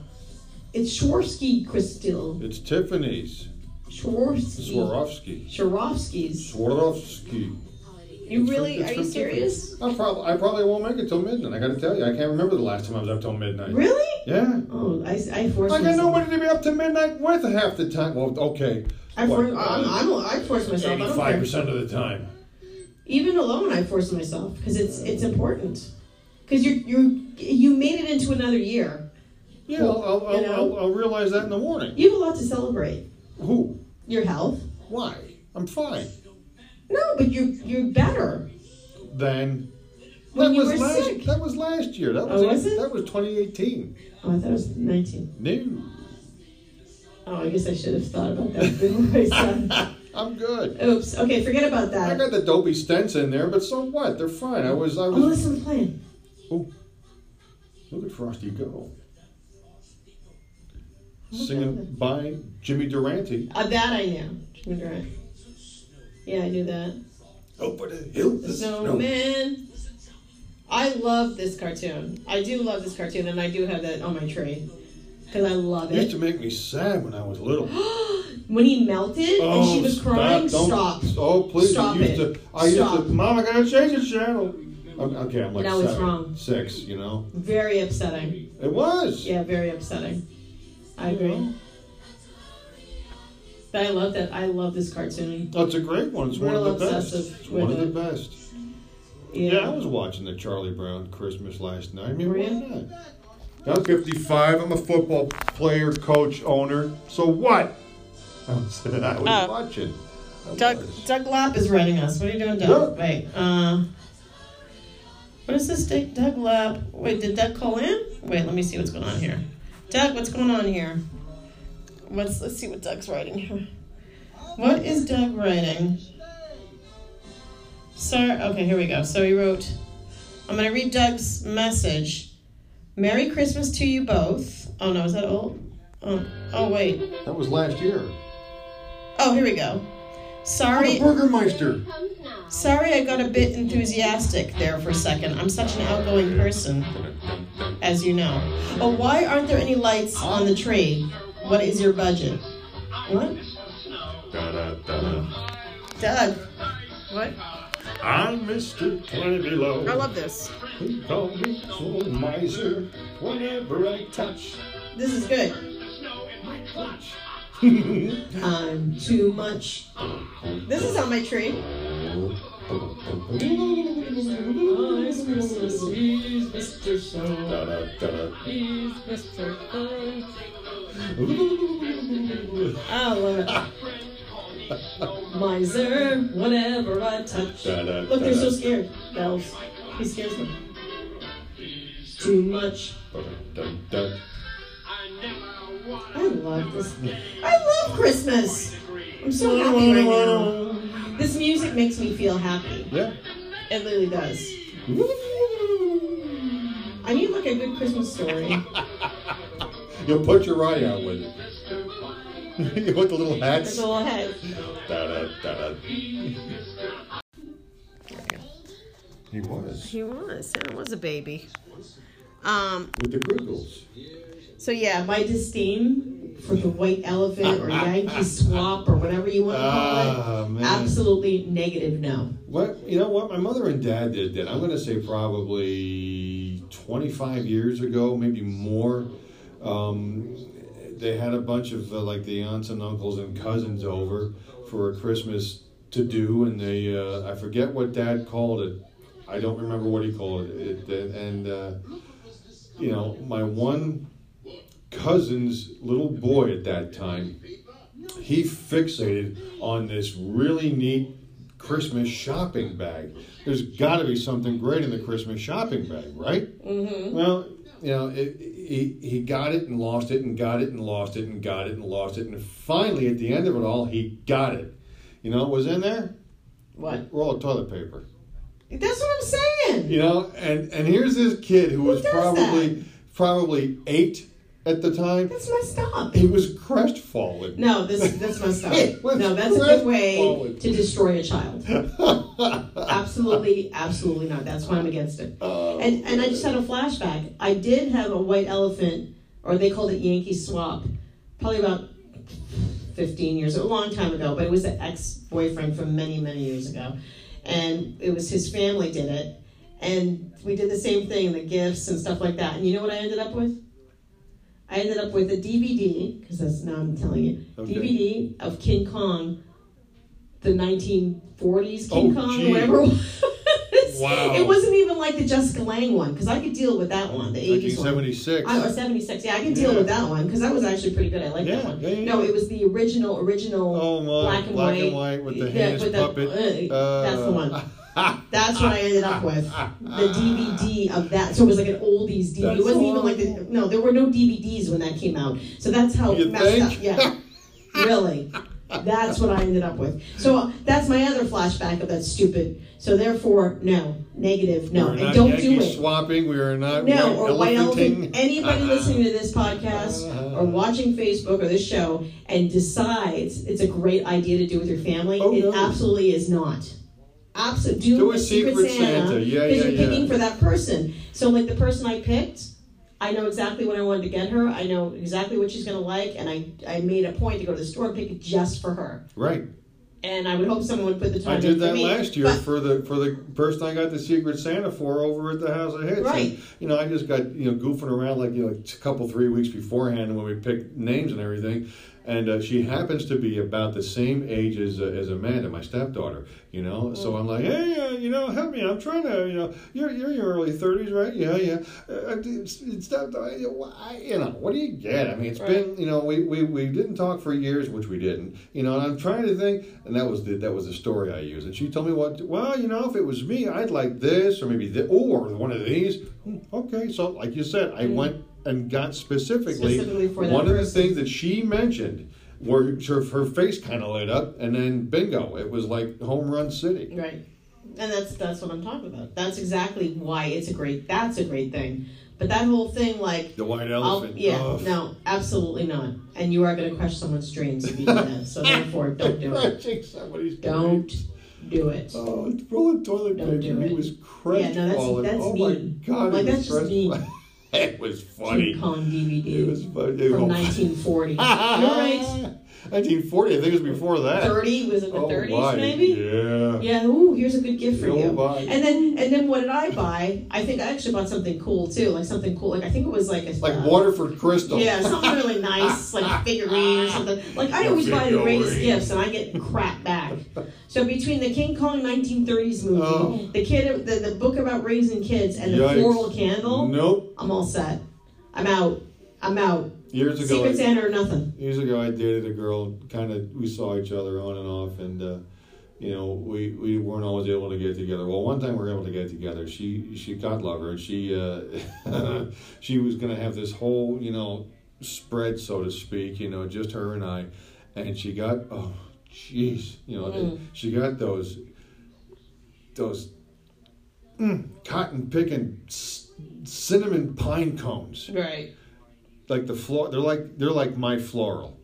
Speaker 1: It's Swarovski Crystal.
Speaker 2: it's Tiffany's.
Speaker 1: Swarovski.
Speaker 2: Swarovski.
Speaker 1: Swarovskis.
Speaker 2: Swarovski.
Speaker 4: Holiday.
Speaker 1: You
Speaker 2: It's
Speaker 1: really?
Speaker 2: from-
Speaker 1: Are
Speaker 2: it's
Speaker 1: you
Speaker 2: from
Speaker 1: serious?
Speaker 2: I probably, I probably won't make it till midnight. I gotta tell you, I can't remember the last time I was up till midnight.
Speaker 1: Really?
Speaker 2: Yeah.
Speaker 1: Oh, I, I forced
Speaker 2: I got
Speaker 1: myself.
Speaker 2: nobody to be up to midnight with half the time. Well, okay.
Speaker 1: I, for,
Speaker 2: What,
Speaker 1: I'm, I'm, I forced myself. I don't
Speaker 2: Eighty-five
Speaker 1: care.
Speaker 2: percent of the time.
Speaker 1: Even alone, I force myself because it's it's important. Because you you you made it into another year.
Speaker 2: Yeah, I'll, I'll,
Speaker 1: You know?
Speaker 2: I'll, I'll, I'll realize that in the morning.
Speaker 1: You have a lot to celebrate.
Speaker 2: Who?
Speaker 1: Your health.
Speaker 2: Why? I'm fine.
Speaker 1: No, but you're you're better.
Speaker 2: Then.
Speaker 1: When
Speaker 2: that
Speaker 1: you
Speaker 2: was
Speaker 1: were
Speaker 2: last.
Speaker 1: sick.
Speaker 2: That was last year. That
Speaker 1: Oh,
Speaker 2: was,
Speaker 1: was it?
Speaker 2: That was 2018.
Speaker 1: Oh, I thought it was 19.
Speaker 2: No,
Speaker 1: Oh, I guess I should have thought about that before I said.
Speaker 2: I'm good.
Speaker 1: Oops. Okay, forget about
Speaker 2: I
Speaker 1: that.
Speaker 2: got the dopey stents in there, but so what? They're fine. I was. I
Speaker 1: Oh,
Speaker 2: was.
Speaker 1: listen, plan.
Speaker 2: Look at Frosty go. Singing by Jimmy Durante.
Speaker 1: Uh, that I knew. Jimmy Durant. Yeah, I knew that.
Speaker 2: Over the hill, the
Speaker 1: So man, I love this cartoon. I do love this cartoon, and I do have that on my tray because I love
Speaker 2: It used
Speaker 1: it.
Speaker 2: to make me sad when I was little.
Speaker 1: When he melted and she was crying, stop.
Speaker 2: Oh, don't- Oh, please.
Speaker 1: Stop
Speaker 2: I used
Speaker 1: it.
Speaker 2: to. I
Speaker 1: Stop.
Speaker 2: used to. Mom, I gotta change the channel. I'm, okay, I'm like
Speaker 1: Now it's
Speaker 2: seven,
Speaker 1: wrong.
Speaker 2: six. You know,
Speaker 1: Very upsetting.
Speaker 2: it was.
Speaker 1: Yeah, very upsetting. I agree. But I love that. I love this cartoon.
Speaker 2: That's a great one. It's one
Speaker 1: Real
Speaker 2: of the best.
Speaker 1: obsessive
Speaker 2: It's one of the
Speaker 1: with
Speaker 2: best. Yeah. I was watching the Charlie Brown Christmas last night. I mean,
Speaker 1: Were
Speaker 2: why
Speaker 1: you?
Speaker 2: not? I'm 55. I'm a football player, coach, owner. So what? I was, I was
Speaker 1: Oh.
Speaker 2: watching. I
Speaker 1: Doug
Speaker 2: was.
Speaker 1: Doug Lop is writing us. What are you doing, Doug?
Speaker 2: Doug.
Speaker 1: Wait. Uh, what is this? Doug, Doug Lop. Wait, did Doug call in? Wait, let me see what's going on here. Doug, what's going on here? What's let's see what Doug's writing here. What is Doug writing? Sir, okay, here we go. So he wrote. I'm gonna read Doug's message. Merry Christmas to you both. Oh no, is that old? Oh, oh wait.
Speaker 2: That was last year.
Speaker 1: Oh, here we go. Sorry.
Speaker 2: The Burgermeister.
Speaker 1: Sorry, I got a bit enthusiastic there for a second. I'm such an outgoing person, as you know. Oh, why aren't there any lights on the tree? What is your budget? What? Doug. What?
Speaker 2: I'm Mr. 20 Below.
Speaker 1: this.
Speaker 2: They call me Soul Miser whenever I touch.
Speaker 1: This is good.
Speaker 2: That's
Speaker 1: I'm too much. This is on my tree. Oh, it's Christmas.
Speaker 3: He's Mr. So. He's Mr.
Speaker 1: I love it. Miser, whenever I touch.
Speaker 2: Da, da,
Speaker 1: Look, they're
Speaker 2: da,
Speaker 1: so
Speaker 2: da.
Speaker 1: scared. Bells. He scares them. Too much.
Speaker 2: Dun, dun.
Speaker 1: I love this. I love Christmas. I'm so happy right now. This music makes me feel happy.
Speaker 8: Yeah.
Speaker 1: It really does. I need like a good Christmas story.
Speaker 2: You'll put your eye out with it.
Speaker 8: you want the little
Speaker 1: There's
Speaker 8: hats?
Speaker 1: a little head.
Speaker 2: Da, da, da, da.
Speaker 8: He was.
Speaker 1: He was. Yeah, was a baby. Um.
Speaker 2: With the grizzles.
Speaker 1: So yeah, my disdain for the white elephant or Yankee swap or whatever you want to call it.
Speaker 2: Ah, man.
Speaker 1: Absolutely negative. No.
Speaker 2: What you know? What my mother and dad did that I'm going to say probably 25 years ago, maybe more. Um, they had a bunch of uh, like the aunts and uncles and cousins over for a Christmas to do, and they uh, I forget what dad called it. I don't remember what he called it. it and uh, you know, my one cousin's little boy at that time he fixated on this really neat Christmas shopping bag. There's got to be something great in the Christmas shopping bag, right? Mm-hmm. Well, you know, it, he he got it and lost it and got it and lost it and got it and lost it, and finally at the end of it all, he got it. You know, what was in there
Speaker 1: What?
Speaker 2: roll of toilet paper.
Speaker 1: That's what I'm saying.
Speaker 2: You know, and and here's this kid who was
Speaker 1: does
Speaker 2: probably probably eight at the time.
Speaker 1: That's messed up.
Speaker 2: He was crestfallen.
Speaker 1: No, this that's messed up.
Speaker 2: It was
Speaker 1: No, that's a good way
Speaker 2: forward.
Speaker 1: to destroy a child. absolutely, absolutely not. That's why I'm against it. and and I just had a flashback. I did have a white elephant, or they called it Yankee Swap, probably about 15 years, a long time ago. But it was an ex-boyfriend from many, many years ago, and it was his family did it, and we did the same thing, the gifts and stuff like that. And you know what I ended up with? I ended up with a DVD because that's now I'm telling you
Speaker 2: Okay.
Speaker 1: DVD of King Kong, the 1940s King
Speaker 2: Oh,
Speaker 1: Kong,
Speaker 2: gee.
Speaker 1: whatever. it was.
Speaker 8: Wow.
Speaker 1: It wasn't even like the Jessica Lange one because I could deal with that one, the 80s one.
Speaker 2: 1976.
Speaker 1: I, or 76, yeah, I could deal
Speaker 2: Yeah.
Speaker 1: with that one because that was actually pretty good. I like that
Speaker 2: Yeah,
Speaker 1: one.
Speaker 2: yeah, yeah.
Speaker 1: No, it was the original, original
Speaker 2: Oh my!
Speaker 1: black and white,
Speaker 2: with the
Speaker 1: yeah,
Speaker 2: hands
Speaker 1: with the-
Speaker 2: puppet. Uh,
Speaker 1: uh, that's the one. That's what I ended up with. The DVD of that. So it was like an oldies DVD. it
Speaker 2: That's
Speaker 1: wasn't even like the, no, there were no DVDs when that came out. So that's how
Speaker 2: You
Speaker 1: messed
Speaker 2: think?
Speaker 1: up. Yeah. really. That's what I ended up with. So uh, that's my other flashback of that stupid. So therefore, no. Negative, no.
Speaker 2: We're
Speaker 1: And
Speaker 2: not
Speaker 1: don't
Speaker 2: Yankee
Speaker 1: do it.
Speaker 2: swapping. We are not
Speaker 1: No,
Speaker 2: white
Speaker 1: or white
Speaker 2: elephanting. Uh-huh.
Speaker 1: elephant. Anybody listening to this podcast or watching Facebook or this show and decides it's a great idea to do with your family,
Speaker 2: Oh,
Speaker 1: it
Speaker 2: no.
Speaker 1: absolutely is not. Absolutely, do,
Speaker 2: Do a
Speaker 1: secret,
Speaker 2: Secret
Speaker 1: Santa,
Speaker 2: Santa. Yeah, yeah,
Speaker 1: you're picking
Speaker 2: yeah.
Speaker 1: for that person. So, like the person I picked, I know exactly what I wanted to get her. I know exactly what she's going to like, and I I made a point to go to the store and pick it just for her.
Speaker 2: Right.
Speaker 1: And I would hope someone would put the time.
Speaker 2: I
Speaker 1: in
Speaker 2: did
Speaker 1: for
Speaker 2: that
Speaker 1: me,
Speaker 2: last year
Speaker 1: but-
Speaker 2: for the for the person I got the Secret Santa for over at the House of Hits.
Speaker 1: Right.
Speaker 2: And, you know, I just got you know goofing around like you know a couple three weeks beforehand when we picked names and everything. And uh, she happens to be about the same age as uh, as Amanda, my stepdaughter. You know,
Speaker 1: Oh.
Speaker 2: so I'm like, hey, uh, you know, help me. I'm trying to, you know, you're you're in your early 30s, right? Yeah, yeah. Uh, it's, it's not, I, I- you know, what do you get? I mean, it's been, you know, we, we we didn't talk for years, which we didn't. You know, and I'm trying to think, and that was the that was the story I used. And she told me what, well, you know, if it was me, I'd like this or maybe the or one of these. Hmm, Okay, so like you said, I went and got specifically,
Speaker 1: Mm-hmm. Specifically for that
Speaker 2: one of the
Speaker 1: person.
Speaker 2: things that she mentioned. Where her, her face kind of lit up, and then bingo, it was like home run city.
Speaker 1: Right. And that's that's what I'm talking about. That's exactly why it's a great that's a great thing. But that whole thing like
Speaker 2: The white
Speaker 1: I'll,
Speaker 2: elephant.
Speaker 1: yeah,
Speaker 2: Ugh.
Speaker 1: no, absolutely not. And you are gonna crush someone's dreams if you do that. So therefore don't do it.
Speaker 2: Crunching somebody's brain.
Speaker 1: Don't do it.
Speaker 2: Oh, roll of toilet
Speaker 1: Don't do
Speaker 2: paper. He
Speaker 1: it.
Speaker 2: was
Speaker 1: Yeah, no, that's-
Speaker 2: crestfallen.
Speaker 1: that's
Speaker 2: oh
Speaker 1: mean.
Speaker 2: my god,
Speaker 1: Like,
Speaker 2: he
Speaker 1: that's just
Speaker 2: was crestfallen. it was
Speaker 1: King
Speaker 2: funny.
Speaker 1: Kong
Speaker 2: It was
Speaker 1: DVD
Speaker 2: funny.
Speaker 1: from nineteen forty. You're right.
Speaker 2: 1940. I think it was before that.
Speaker 1: Thirty was it the
Speaker 2: Oh,
Speaker 1: thirties
Speaker 2: my.
Speaker 1: maybe?
Speaker 2: Yeah.
Speaker 1: Yeah, ooh, here's a good gift for
Speaker 2: Oh,
Speaker 1: you.
Speaker 2: my.
Speaker 1: And then and then what did I buy? I think I actually bought something cool too, like something cool. Like I think it was like a
Speaker 2: Like
Speaker 1: uh,
Speaker 2: Waterford Crystal.
Speaker 1: Yeah, something really nice, like figurine or something. Like I always buy the greatest gifts, and I get crap back. So between the King Kong 1930s movie,
Speaker 2: Oh.
Speaker 1: the kid, the, the book about raising kids, and the
Speaker 2: Yikes.
Speaker 1: floral candle,
Speaker 2: Nope.
Speaker 1: I'm all set. I'm out. I'm out.
Speaker 2: years ago.
Speaker 1: Secret
Speaker 2: I-
Speaker 1: Santa or nothing.
Speaker 2: years ago I dated a girl kind of we saw each other on and off and uh, you know we, we weren't always able to get together well one time we were able to get together she she God love her and she uh, she was gonna have this whole you know spread so to speak you know just her and I and she got oh jeez you know she got those those mm, cotton picking c- cinnamon pine cones
Speaker 1: Right.
Speaker 2: like the floor they're like they're like my floral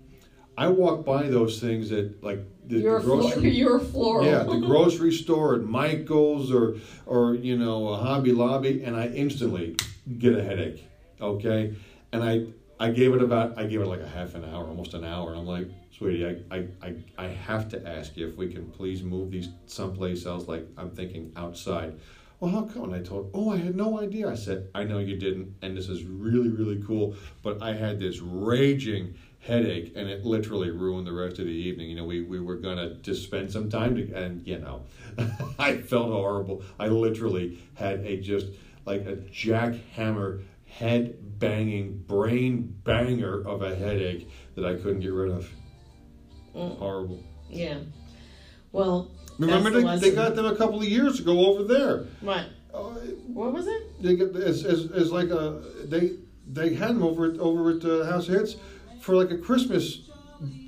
Speaker 2: i walk by those things at like the,
Speaker 9: You're
Speaker 2: the
Speaker 9: a flo-
Speaker 2: grocery
Speaker 9: you're a floral.
Speaker 2: yeah the grocery store at michael's or or you know a hobby lobby and i instantly get a headache okay and i i gave it about i gave it like a half an hour almost an hour and i'm like sweetie i i i, I have to ask you if we can please move these someplace else like i'm thinking outside well, how come? And I told, oh, I had no idea. I said, I know you didn't, and this is really, really cool, but I had this raging headache, and it literally ruined the rest of the evening. You know, we, we were gonna just spend some time, to, and you know, I felt horrible. I literally had a just like a jackhammer head banging, brain banger of a headache that I couldn't get rid of.
Speaker 1: Mm.
Speaker 2: Horrible.
Speaker 1: Yeah. Well.
Speaker 2: Remember,
Speaker 1: that's
Speaker 2: they,
Speaker 1: the lesson.
Speaker 2: they got them a couple of years ago over there.
Speaker 1: what?
Speaker 2: Uh,
Speaker 1: What was it?
Speaker 2: they get as, as, as like a they they had them over at over at uh, House of Hits for like a Christmas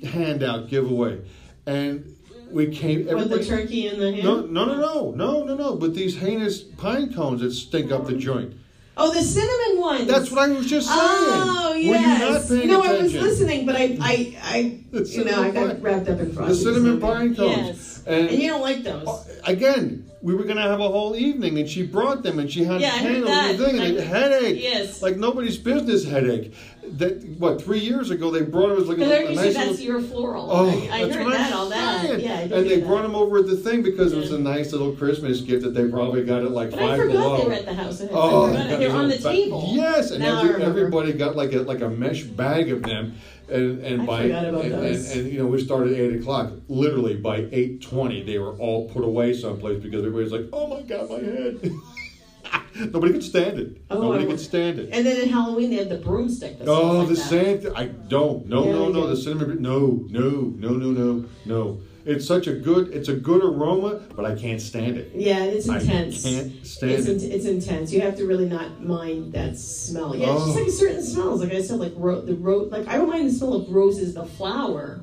Speaker 2: handout giveaway, and we came
Speaker 1: With the
Speaker 2: everybody.
Speaker 1: turkey and the ham.
Speaker 2: no, no, no, no, no, no, no! But these heinous pine cones that stink up the joint.
Speaker 1: Oh, the cinnamon one.
Speaker 2: That's what I was just saying.
Speaker 1: Oh yes.
Speaker 2: Were you not paying
Speaker 1: no,
Speaker 2: attention?
Speaker 1: I was listening, but I, I, I
Speaker 2: The
Speaker 1: you know, I
Speaker 2: cinnamon
Speaker 1: got
Speaker 2: pine-
Speaker 1: wrapped up in
Speaker 2: The
Speaker 1: frosting.
Speaker 2: cinnamon pine cones.
Speaker 1: Yes.
Speaker 2: And, Oh,
Speaker 1: And you don't like those.
Speaker 2: Uh, again, we were gonna have a whole evening, and she brought them, and she had
Speaker 1: Yeah, I
Speaker 2: a
Speaker 1: heard
Speaker 2: candle
Speaker 1: that.
Speaker 2: and a thing, and a
Speaker 1: Like-
Speaker 2: headache.
Speaker 1: yes.
Speaker 2: like nobody's business headache. That what three years ago they brought it was like a,
Speaker 9: And
Speaker 2: a
Speaker 9: there you
Speaker 2: nice.
Speaker 9: see,
Speaker 2: little-
Speaker 9: that's your floral.
Speaker 2: Oh,
Speaker 9: I, I
Speaker 2: that's
Speaker 9: heard
Speaker 2: what I'm
Speaker 9: that, all that.
Speaker 2: saying.
Speaker 1: Yeah, I did
Speaker 2: and
Speaker 1: hear
Speaker 2: they
Speaker 1: that.
Speaker 2: brought them over at the thing because it was a nice little Christmas gift that they probably got at like
Speaker 1: But I
Speaker 2: five
Speaker 1: forgot
Speaker 2: below.
Speaker 1: they were at the house. I forgot
Speaker 2: Oh,
Speaker 1: it.
Speaker 2: God,
Speaker 1: they're on the
Speaker 2: those are ba-
Speaker 1: table.
Speaker 2: Yes, and
Speaker 1: Now I
Speaker 2: every-
Speaker 1: remember.
Speaker 2: everybody got like a like a mesh bag of them, and and
Speaker 1: I
Speaker 2: by
Speaker 1: forgot about
Speaker 2: and,
Speaker 1: those.
Speaker 2: and, and, you know we started at eight o'clock. Literally by eight twenty, they were all put away someplace because everybody's like, "Oh my god, my head." Nobody could stand it.
Speaker 1: Oh,
Speaker 2: Nobody
Speaker 1: I-
Speaker 2: could stand it.
Speaker 1: And then in Halloween they had the broomstick. That
Speaker 2: Oh,
Speaker 1: smells like
Speaker 2: the
Speaker 1: that.
Speaker 2: sand. I don't. No,
Speaker 1: Yeah,
Speaker 2: no,
Speaker 1: they
Speaker 2: no.
Speaker 1: do.
Speaker 2: The cinnamon. No, no, no, no, no, no. It's such a good. It's a good aroma, but I can't stand it.
Speaker 1: Yeah, it's
Speaker 2: I
Speaker 1: intense.
Speaker 2: can't stand
Speaker 1: it's,
Speaker 2: it.
Speaker 1: in- it's intense. You have to really not mind that smell. Yeah, it's just
Speaker 2: Oh.
Speaker 1: like certain smells. Like I said, like ro- the ro- like I don't mind the smell of roses, the flower,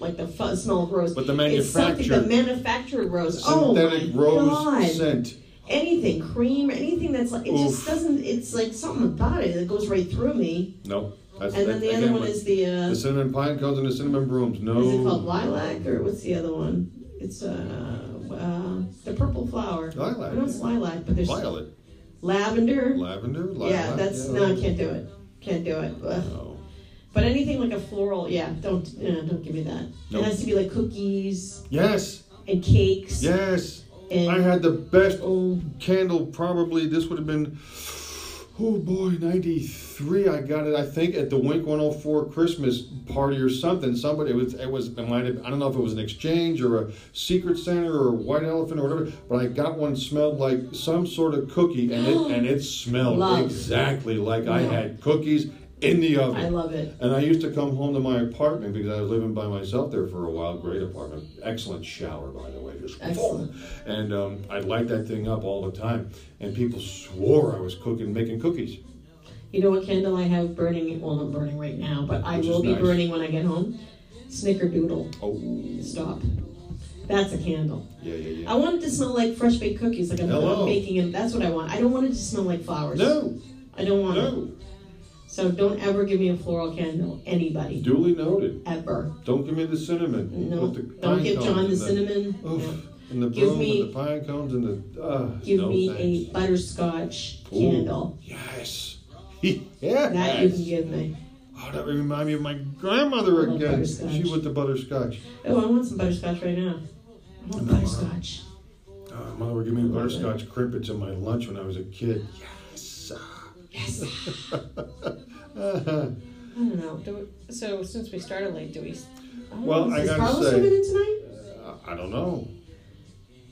Speaker 1: like the fu- smell of rose.
Speaker 2: But the
Speaker 1: It's something- the
Speaker 2: manufactured-
Speaker 1: manufactured rose. Oh
Speaker 2: Synthetic
Speaker 1: my
Speaker 2: rose
Speaker 1: god!
Speaker 2: scent.
Speaker 1: Anything cream, anything that's like it just
Speaker 2: Oof.
Speaker 1: doesn't. It's like something about it that goes right through me.
Speaker 2: No. That's,
Speaker 1: And then
Speaker 2: that-
Speaker 1: the
Speaker 2: again,
Speaker 1: other one
Speaker 2: what-
Speaker 1: is the. Uh,
Speaker 2: the cinnamon pine cones and the cinnamon brooms. No.
Speaker 1: Is it called lilac or what's the other one? It's uh, uh the purple flower.
Speaker 2: Lilac.
Speaker 1: I know it's lilac, but there's
Speaker 2: Violet.
Speaker 1: lavender.
Speaker 2: Lavender. Lilac.
Speaker 1: yeah, that's no, I can't do it. Can't do it. Ugh.
Speaker 2: No.
Speaker 1: But anything like a floral, yeah, don't uh, don't give me that.
Speaker 2: Nope.
Speaker 1: It has to be like cookies
Speaker 2: Yes.
Speaker 1: and cakes.
Speaker 2: Yes.
Speaker 1: And
Speaker 2: I had the best old candle. Probably this would have been, oh boy, '93. I got it. I think at the Wink 104 Christmas party or something. Somebody it was it was it might have I don't know if it was an exchange or a secret Santa or a white elephant or whatever. But I got one smelled like some sort of cookie, and it and it smelled
Speaker 1: Love.
Speaker 2: exactly like I
Speaker 1: Yeah.
Speaker 2: had cookies in the oven.
Speaker 1: I love it.
Speaker 2: And I used to come home to my apartment because I was living by myself there for a while. Great apartment, excellent shower, by the way, just
Speaker 1: Excellent.
Speaker 2: And um, I'd light that thing up all the time. And people swore I was cooking, making cookies.
Speaker 1: You know what candle I have burning? Well, not burning right now, but I
Speaker 2: Which is
Speaker 1: will be
Speaker 2: nice.
Speaker 1: burning when I get home. Snickerdoodle.
Speaker 2: Oh,
Speaker 1: Stop. That's a candle.
Speaker 2: yeah, yeah,
Speaker 1: I
Speaker 2: yeah.
Speaker 1: want it to smell like fresh baked cookies, like I'm
Speaker 2: Hello.
Speaker 1: baking it. That's what I want. I don't want it to smell like flowers.
Speaker 2: No,
Speaker 1: I don't want it.
Speaker 2: no.
Speaker 1: So don't ever give me a floral candle, anybody,
Speaker 2: Duly noted.
Speaker 1: ever.
Speaker 2: Don't give me the cinnamon.
Speaker 1: No,
Speaker 2: with the
Speaker 1: don't
Speaker 2: pine
Speaker 1: give
Speaker 2: cones
Speaker 1: John
Speaker 2: and
Speaker 1: the cinnamon.
Speaker 2: Oof,
Speaker 1: No.
Speaker 2: and the
Speaker 1: Give
Speaker 2: broom
Speaker 1: me-
Speaker 2: and the pine cones and the. Uh,
Speaker 1: Give
Speaker 2: no
Speaker 1: me
Speaker 2: thanks.
Speaker 1: a butterscotch
Speaker 2: Ooh,
Speaker 1: candle.
Speaker 2: Yes. yeah.
Speaker 1: That you can give me.
Speaker 2: Oh, that reminds me of my grandmother
Speaker 1: I love
Speaker 2: again.
Speaker 1: butterscotch.
Speaker 2: She with the butterscotch.
Speaker 1: Oh, I want some butterscotch right now. I want butterscotch.
Speaker 2: Oh, mother would give me butterscotch crimpets in my lunch when I was a kid. Uh, Yes.
Speaker 1: Yes.
Speaker 2: Uh-huh.
Speaker 1: I don't know. Do we, so since we started late, do we? I don't
Speaker 2: Well,
Speaker 1: know,
Speaker 2: I
Speaker 1: is
Speaker 2: gotta
Speaker 1: Carlos
Speaker 2: say-
Speaker 1: coming in tonight?
Speaker 2: I don't know.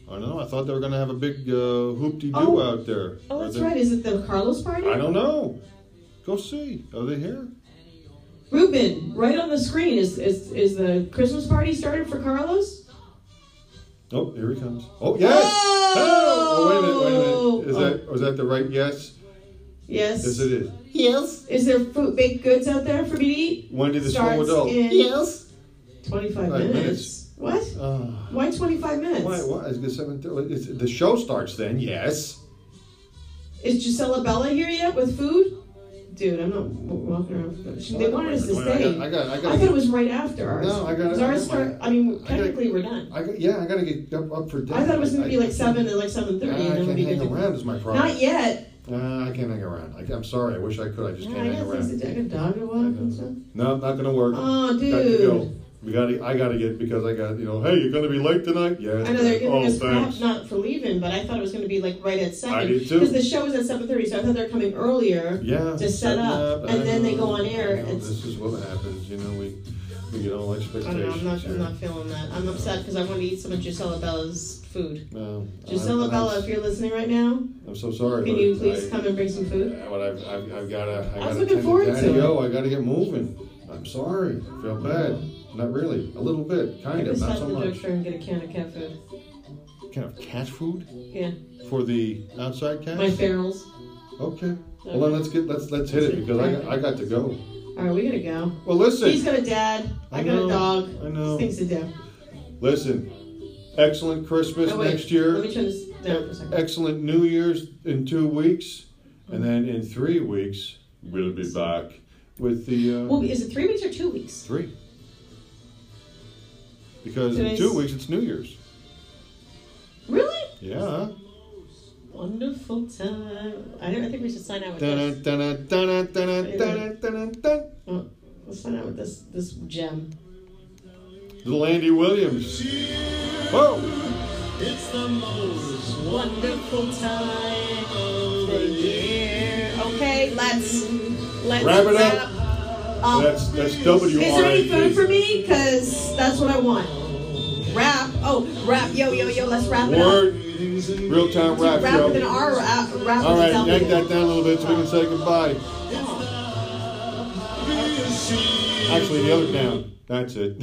Speaker 2: I don't know. I thought they were going to have a big uh, hoopty doo
Speaker 1: Oh.
Speaker 2: out there.
Speaker 1: Oh,
Speaker 2: Are
Speaker 1: that's
Speaker 2: they-
Speaker 1: right. Is it the Carlos party?
Speaker 2: I don't know. Go see. Are they here?
Speaker 1: Ruben, right on the screen is is, is the Christmas party started for Carlos?
Speaker 2: Oh, here he comes. Oh, yes!
Speaker 1: Oh!
Speaker 2: Oh, wait a minute, wait a minute. Is that, was that the right yes?
Speaker 1: Yes.
Speaker 2: Yes, it is.
Speaker 1: Yes. Is there food baked goods out there for me to eat?
Speaker 2: When did the small
Speaker 1: Starts
Speaker 2: adult?
Speaker 1: in yes. Twenty five
Speaker 2: Five
Speaker 1: minutes.
Speaker 2: minutes.
Speaker 1: What?
Speaker 2: Uh,
Speaker 1: Why twenty five minutes?
Speaker 2: why, why? Is it seven thirty? It's, the show starts then, yes.
Speaker 1: Is Gisela Bella here yet with food? Dude, I'm not w- walking around. with food. She- They wanted us to
Speaker 2: Wait, I got,
Speaker 1: stay.
Speaker 2: I got, I
Speaker 1: I
Speaker 2: got,
Speaker 1: thought it was right after ours.
Speaker 2: No, I got-
Speaker 1: Because
Speaker 2: I
Speaker 1: ours
Speaker 2: got my-
Speaker 1: start. I mean,
Speaker 2: I got-
Speaker 1: technically we're done.
Speaker 2: I got, yeah, I gotta get up, up for dinner.
Speaker 1: I thought it was gonna
Speaker 2: I-
Speaker 1: be like seven and like seven
Speaker 2: I,
Speaker 1: thirty, and
Speaker 2: I
Speaker 1: then we'll
Speaker 2: can't
Speaker 1: be good
Speaker 2: hang
Speaker 1: to go.
Speaker 2: around is my problem.
Speaker 1: Not yet.
Speaker 2: Nah, I can't hang around. I, I'm sorry. I wish I could. I just
Speaker 1: Yeah,
Speaker 2: can't
Speaker 1: I
Speaker 2: hang
Speaker 1: got things to do. I
Speaker 2: around.
Speaker 1: got a dog to walk and stuff.
Speaker 2: No, not gonna work.
Speaker 1: Oh,
Speaker 2: Got to go.
Speaker 1: dude.
Speaker 2: We gotta. I gotta get because I got. You know, hey, you're gonna be late tonight. Yeah.
Speaker 1: I know they're giving
Speaker 2: oh,
Speaker 1: us crap
Speaker 2: thanks.
Speaker 1: not for leaving, but I thought it was going to be like right at seven.
Speaker 2: I did too.
Speaker 1: Because the show was at seven thirty, so I thought they're coming earlier.
Speaker 2: Yeah.
Speaker 1: to set
Speaker 2: setting
Speaker 1: up, and
Speaker 2: I
Speaker 1: then they
Speaker 2: know,
Speaker 1: go on air,
Speaker 2: I know,
Speaker 1: it's-
Speaker 2: This is what happens. You know, we we get all
Speaker 1: I don't
Speaker 2: expectations.
Speaker 1: know. I'm not. I'm
Speaker 2: yeah.
Speaker 1: not feeling that. I'm upset because I want to eat some of Gisela Bella's food.
Speaker 2: No,
Speaker 1: Gisela
Speaker 2: I'm,
Speaker 1: Bella, if
Speaker 2: I'm,
Speaker 1: you're listening right now,
Speaker 2: I'm so sorry.
Speaker 1: can
Speaker 2: but
Speaker 1: you please
Speaker 2: I,
Speaker 1: come and bring some food?
Speaker 2: But I've, I've, I've got to.
Speaker 1: I was looking forward to it.
Speaker 2: Yo, I got to get moving. I'm sorry. I feel bad. Not really. A little bit.
Speaker 1: I
Speaker 2: Kind of.
Speaker 1: just
Speaker 2: Not
Speaker 1: had
Speaker 2: so
Speaker 1: the
Speaker 2: much.
Speaker 1: drugstore and get a can of cat food.
Speaker 2: Kind of cat food
Speaker 1: Yeah,
Speaker 2: for the outside cat.
Speaker 1: my ferals.
Speaker 2: Okay. Well, then let's get let's let's hit it because I got, I got to go.
Speaker 1: All right, we gotta go.
Speaker 2: Well, listen.
Speaker 1: He's got a dad. I,
Speaker 2: I
Speaker 1: got
Speaker 2: know,
Speaker 1: a dog.
Speaker 2: I know.
Speaker 1: Things to do.
Speaker 2: Listen, excellent Christmas
Speaker 1: Oh, wait,
Speaker 2: next year.
Speaker 1: Let me turn this down for a second.
Speaker 2: Excellent New Year's in two weeks, and then in three weeks we'll be back with the uh,
Speaker 1: Well, is it three weeks or two weeks?
Speaker 2: three. Because in
Speaker 1: Today's-
Speaker 2: two weeks it's New Year's.
Speaker 1: Really?
Speaker 2: Yeah.
Speaker 1: Wonderful time. I don't. I think we should sign out with
Speaker 2: Dun,
Speaker 1: this.
Speaker 2: dun, dun, dun, dun, dun, dun, dun, dun.
Speaker 1: Oh, let's sign out with this this gem.
Speaker 2: Little Andy Williams. Whoa!
Speaker 10: It's the most
Speaker 1: Wonderful time of the year. Okay, let's let's
Speaker 2: Wrap it up.
Speaker 1: up.
Speaker 2: That's that's
Speaker 1: Is
Speaker 2: W
Speaker 1: there
Speaker 2: R A
Speaker 1: any food for
Speaker 2: P.
Speaker 1: me? Cause that's what I want. Rap. Oh, rap. Yo, yo, yo. Let's wrap it up.
Speaker 2: Word. Real time rap
Speaker 1: Rap with an
Speaker 2: show.
Speaker 1: R. Rap, rap
Speaker 2: All
Speaker 1: with a
Speaker 2: right,
Speaker 1: W.
Speaker 2: yank that down a little bit so we can say goodbye. Actually, the other down. That's it.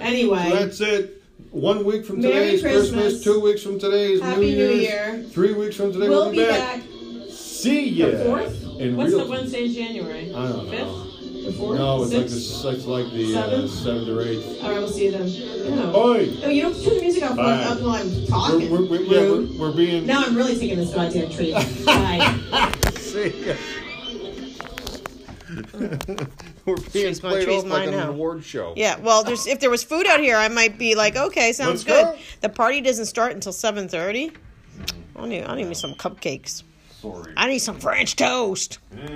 Speaker 1: Anyway.
Speaker 2: That's it. One week from
Speaker 1: Merry
Speaker 2: today is Christmas.
Speaker 1: Christmas.
Speaker 2: Two weeks from today is
Speaker 1: Happy
Speaker 2: New
Speaker 1: New
Speaker 2: Year's.
Speaker 1: Year.
Speaker 2: Three weeks from today
Speaker 1: We'll
Speaker 2: we'll,
Speaker 1: be back.
Speaker 2: See ya.
Speaker 1: The fourth?
Speaker 2: In
Speaker 1: What's
Speaker 2: real-
Speaker 1: the Wednesday in January?
Speaker 2: I don't know.
Speaker 1: Fifth? The fourth?
Speaker 2: No, it's like the
Speaker 1: Sixth?
Speaker 2: it's like the uh,
Speaker 1: Seventh?
Speaker 2: seventh or eighth.
Speaker 1: All right, we'll see you then. Yeah.
Speaker 2: Oi.
Speaker 1: Oh, you don't turn the music off while
Speaker 2: Bye.
Speaker 1: I'm, while I'm
Speaker 2: We're,
Speaker 1: talking.
Speaker 2: we're, we're, yeah,
Speaker 1: Rude.
Speaker 2: we're, we're being.
Speaker 1: Now I'm really taking this goddamn treat. Bye.
Speaker 2: See ya. we're being
Speaker 1: She's gonna
Speaker 2: played
Speaker 1: choose
Speaker 2: off like
Speaker 1: mine
Speaker 2: an
Speaker 1: now.
Speaker 2: award show.
Speaker 1: Yeah, well, there's if there was food out here, I might be like, okay, sounds good.
Speaker 2: Let's go.
Speaker 1: The party doesn't start until seven thirty. I need, I need me some cupcakes.
Speaker 2: Sorry.
Speaker 1: I need some French toast.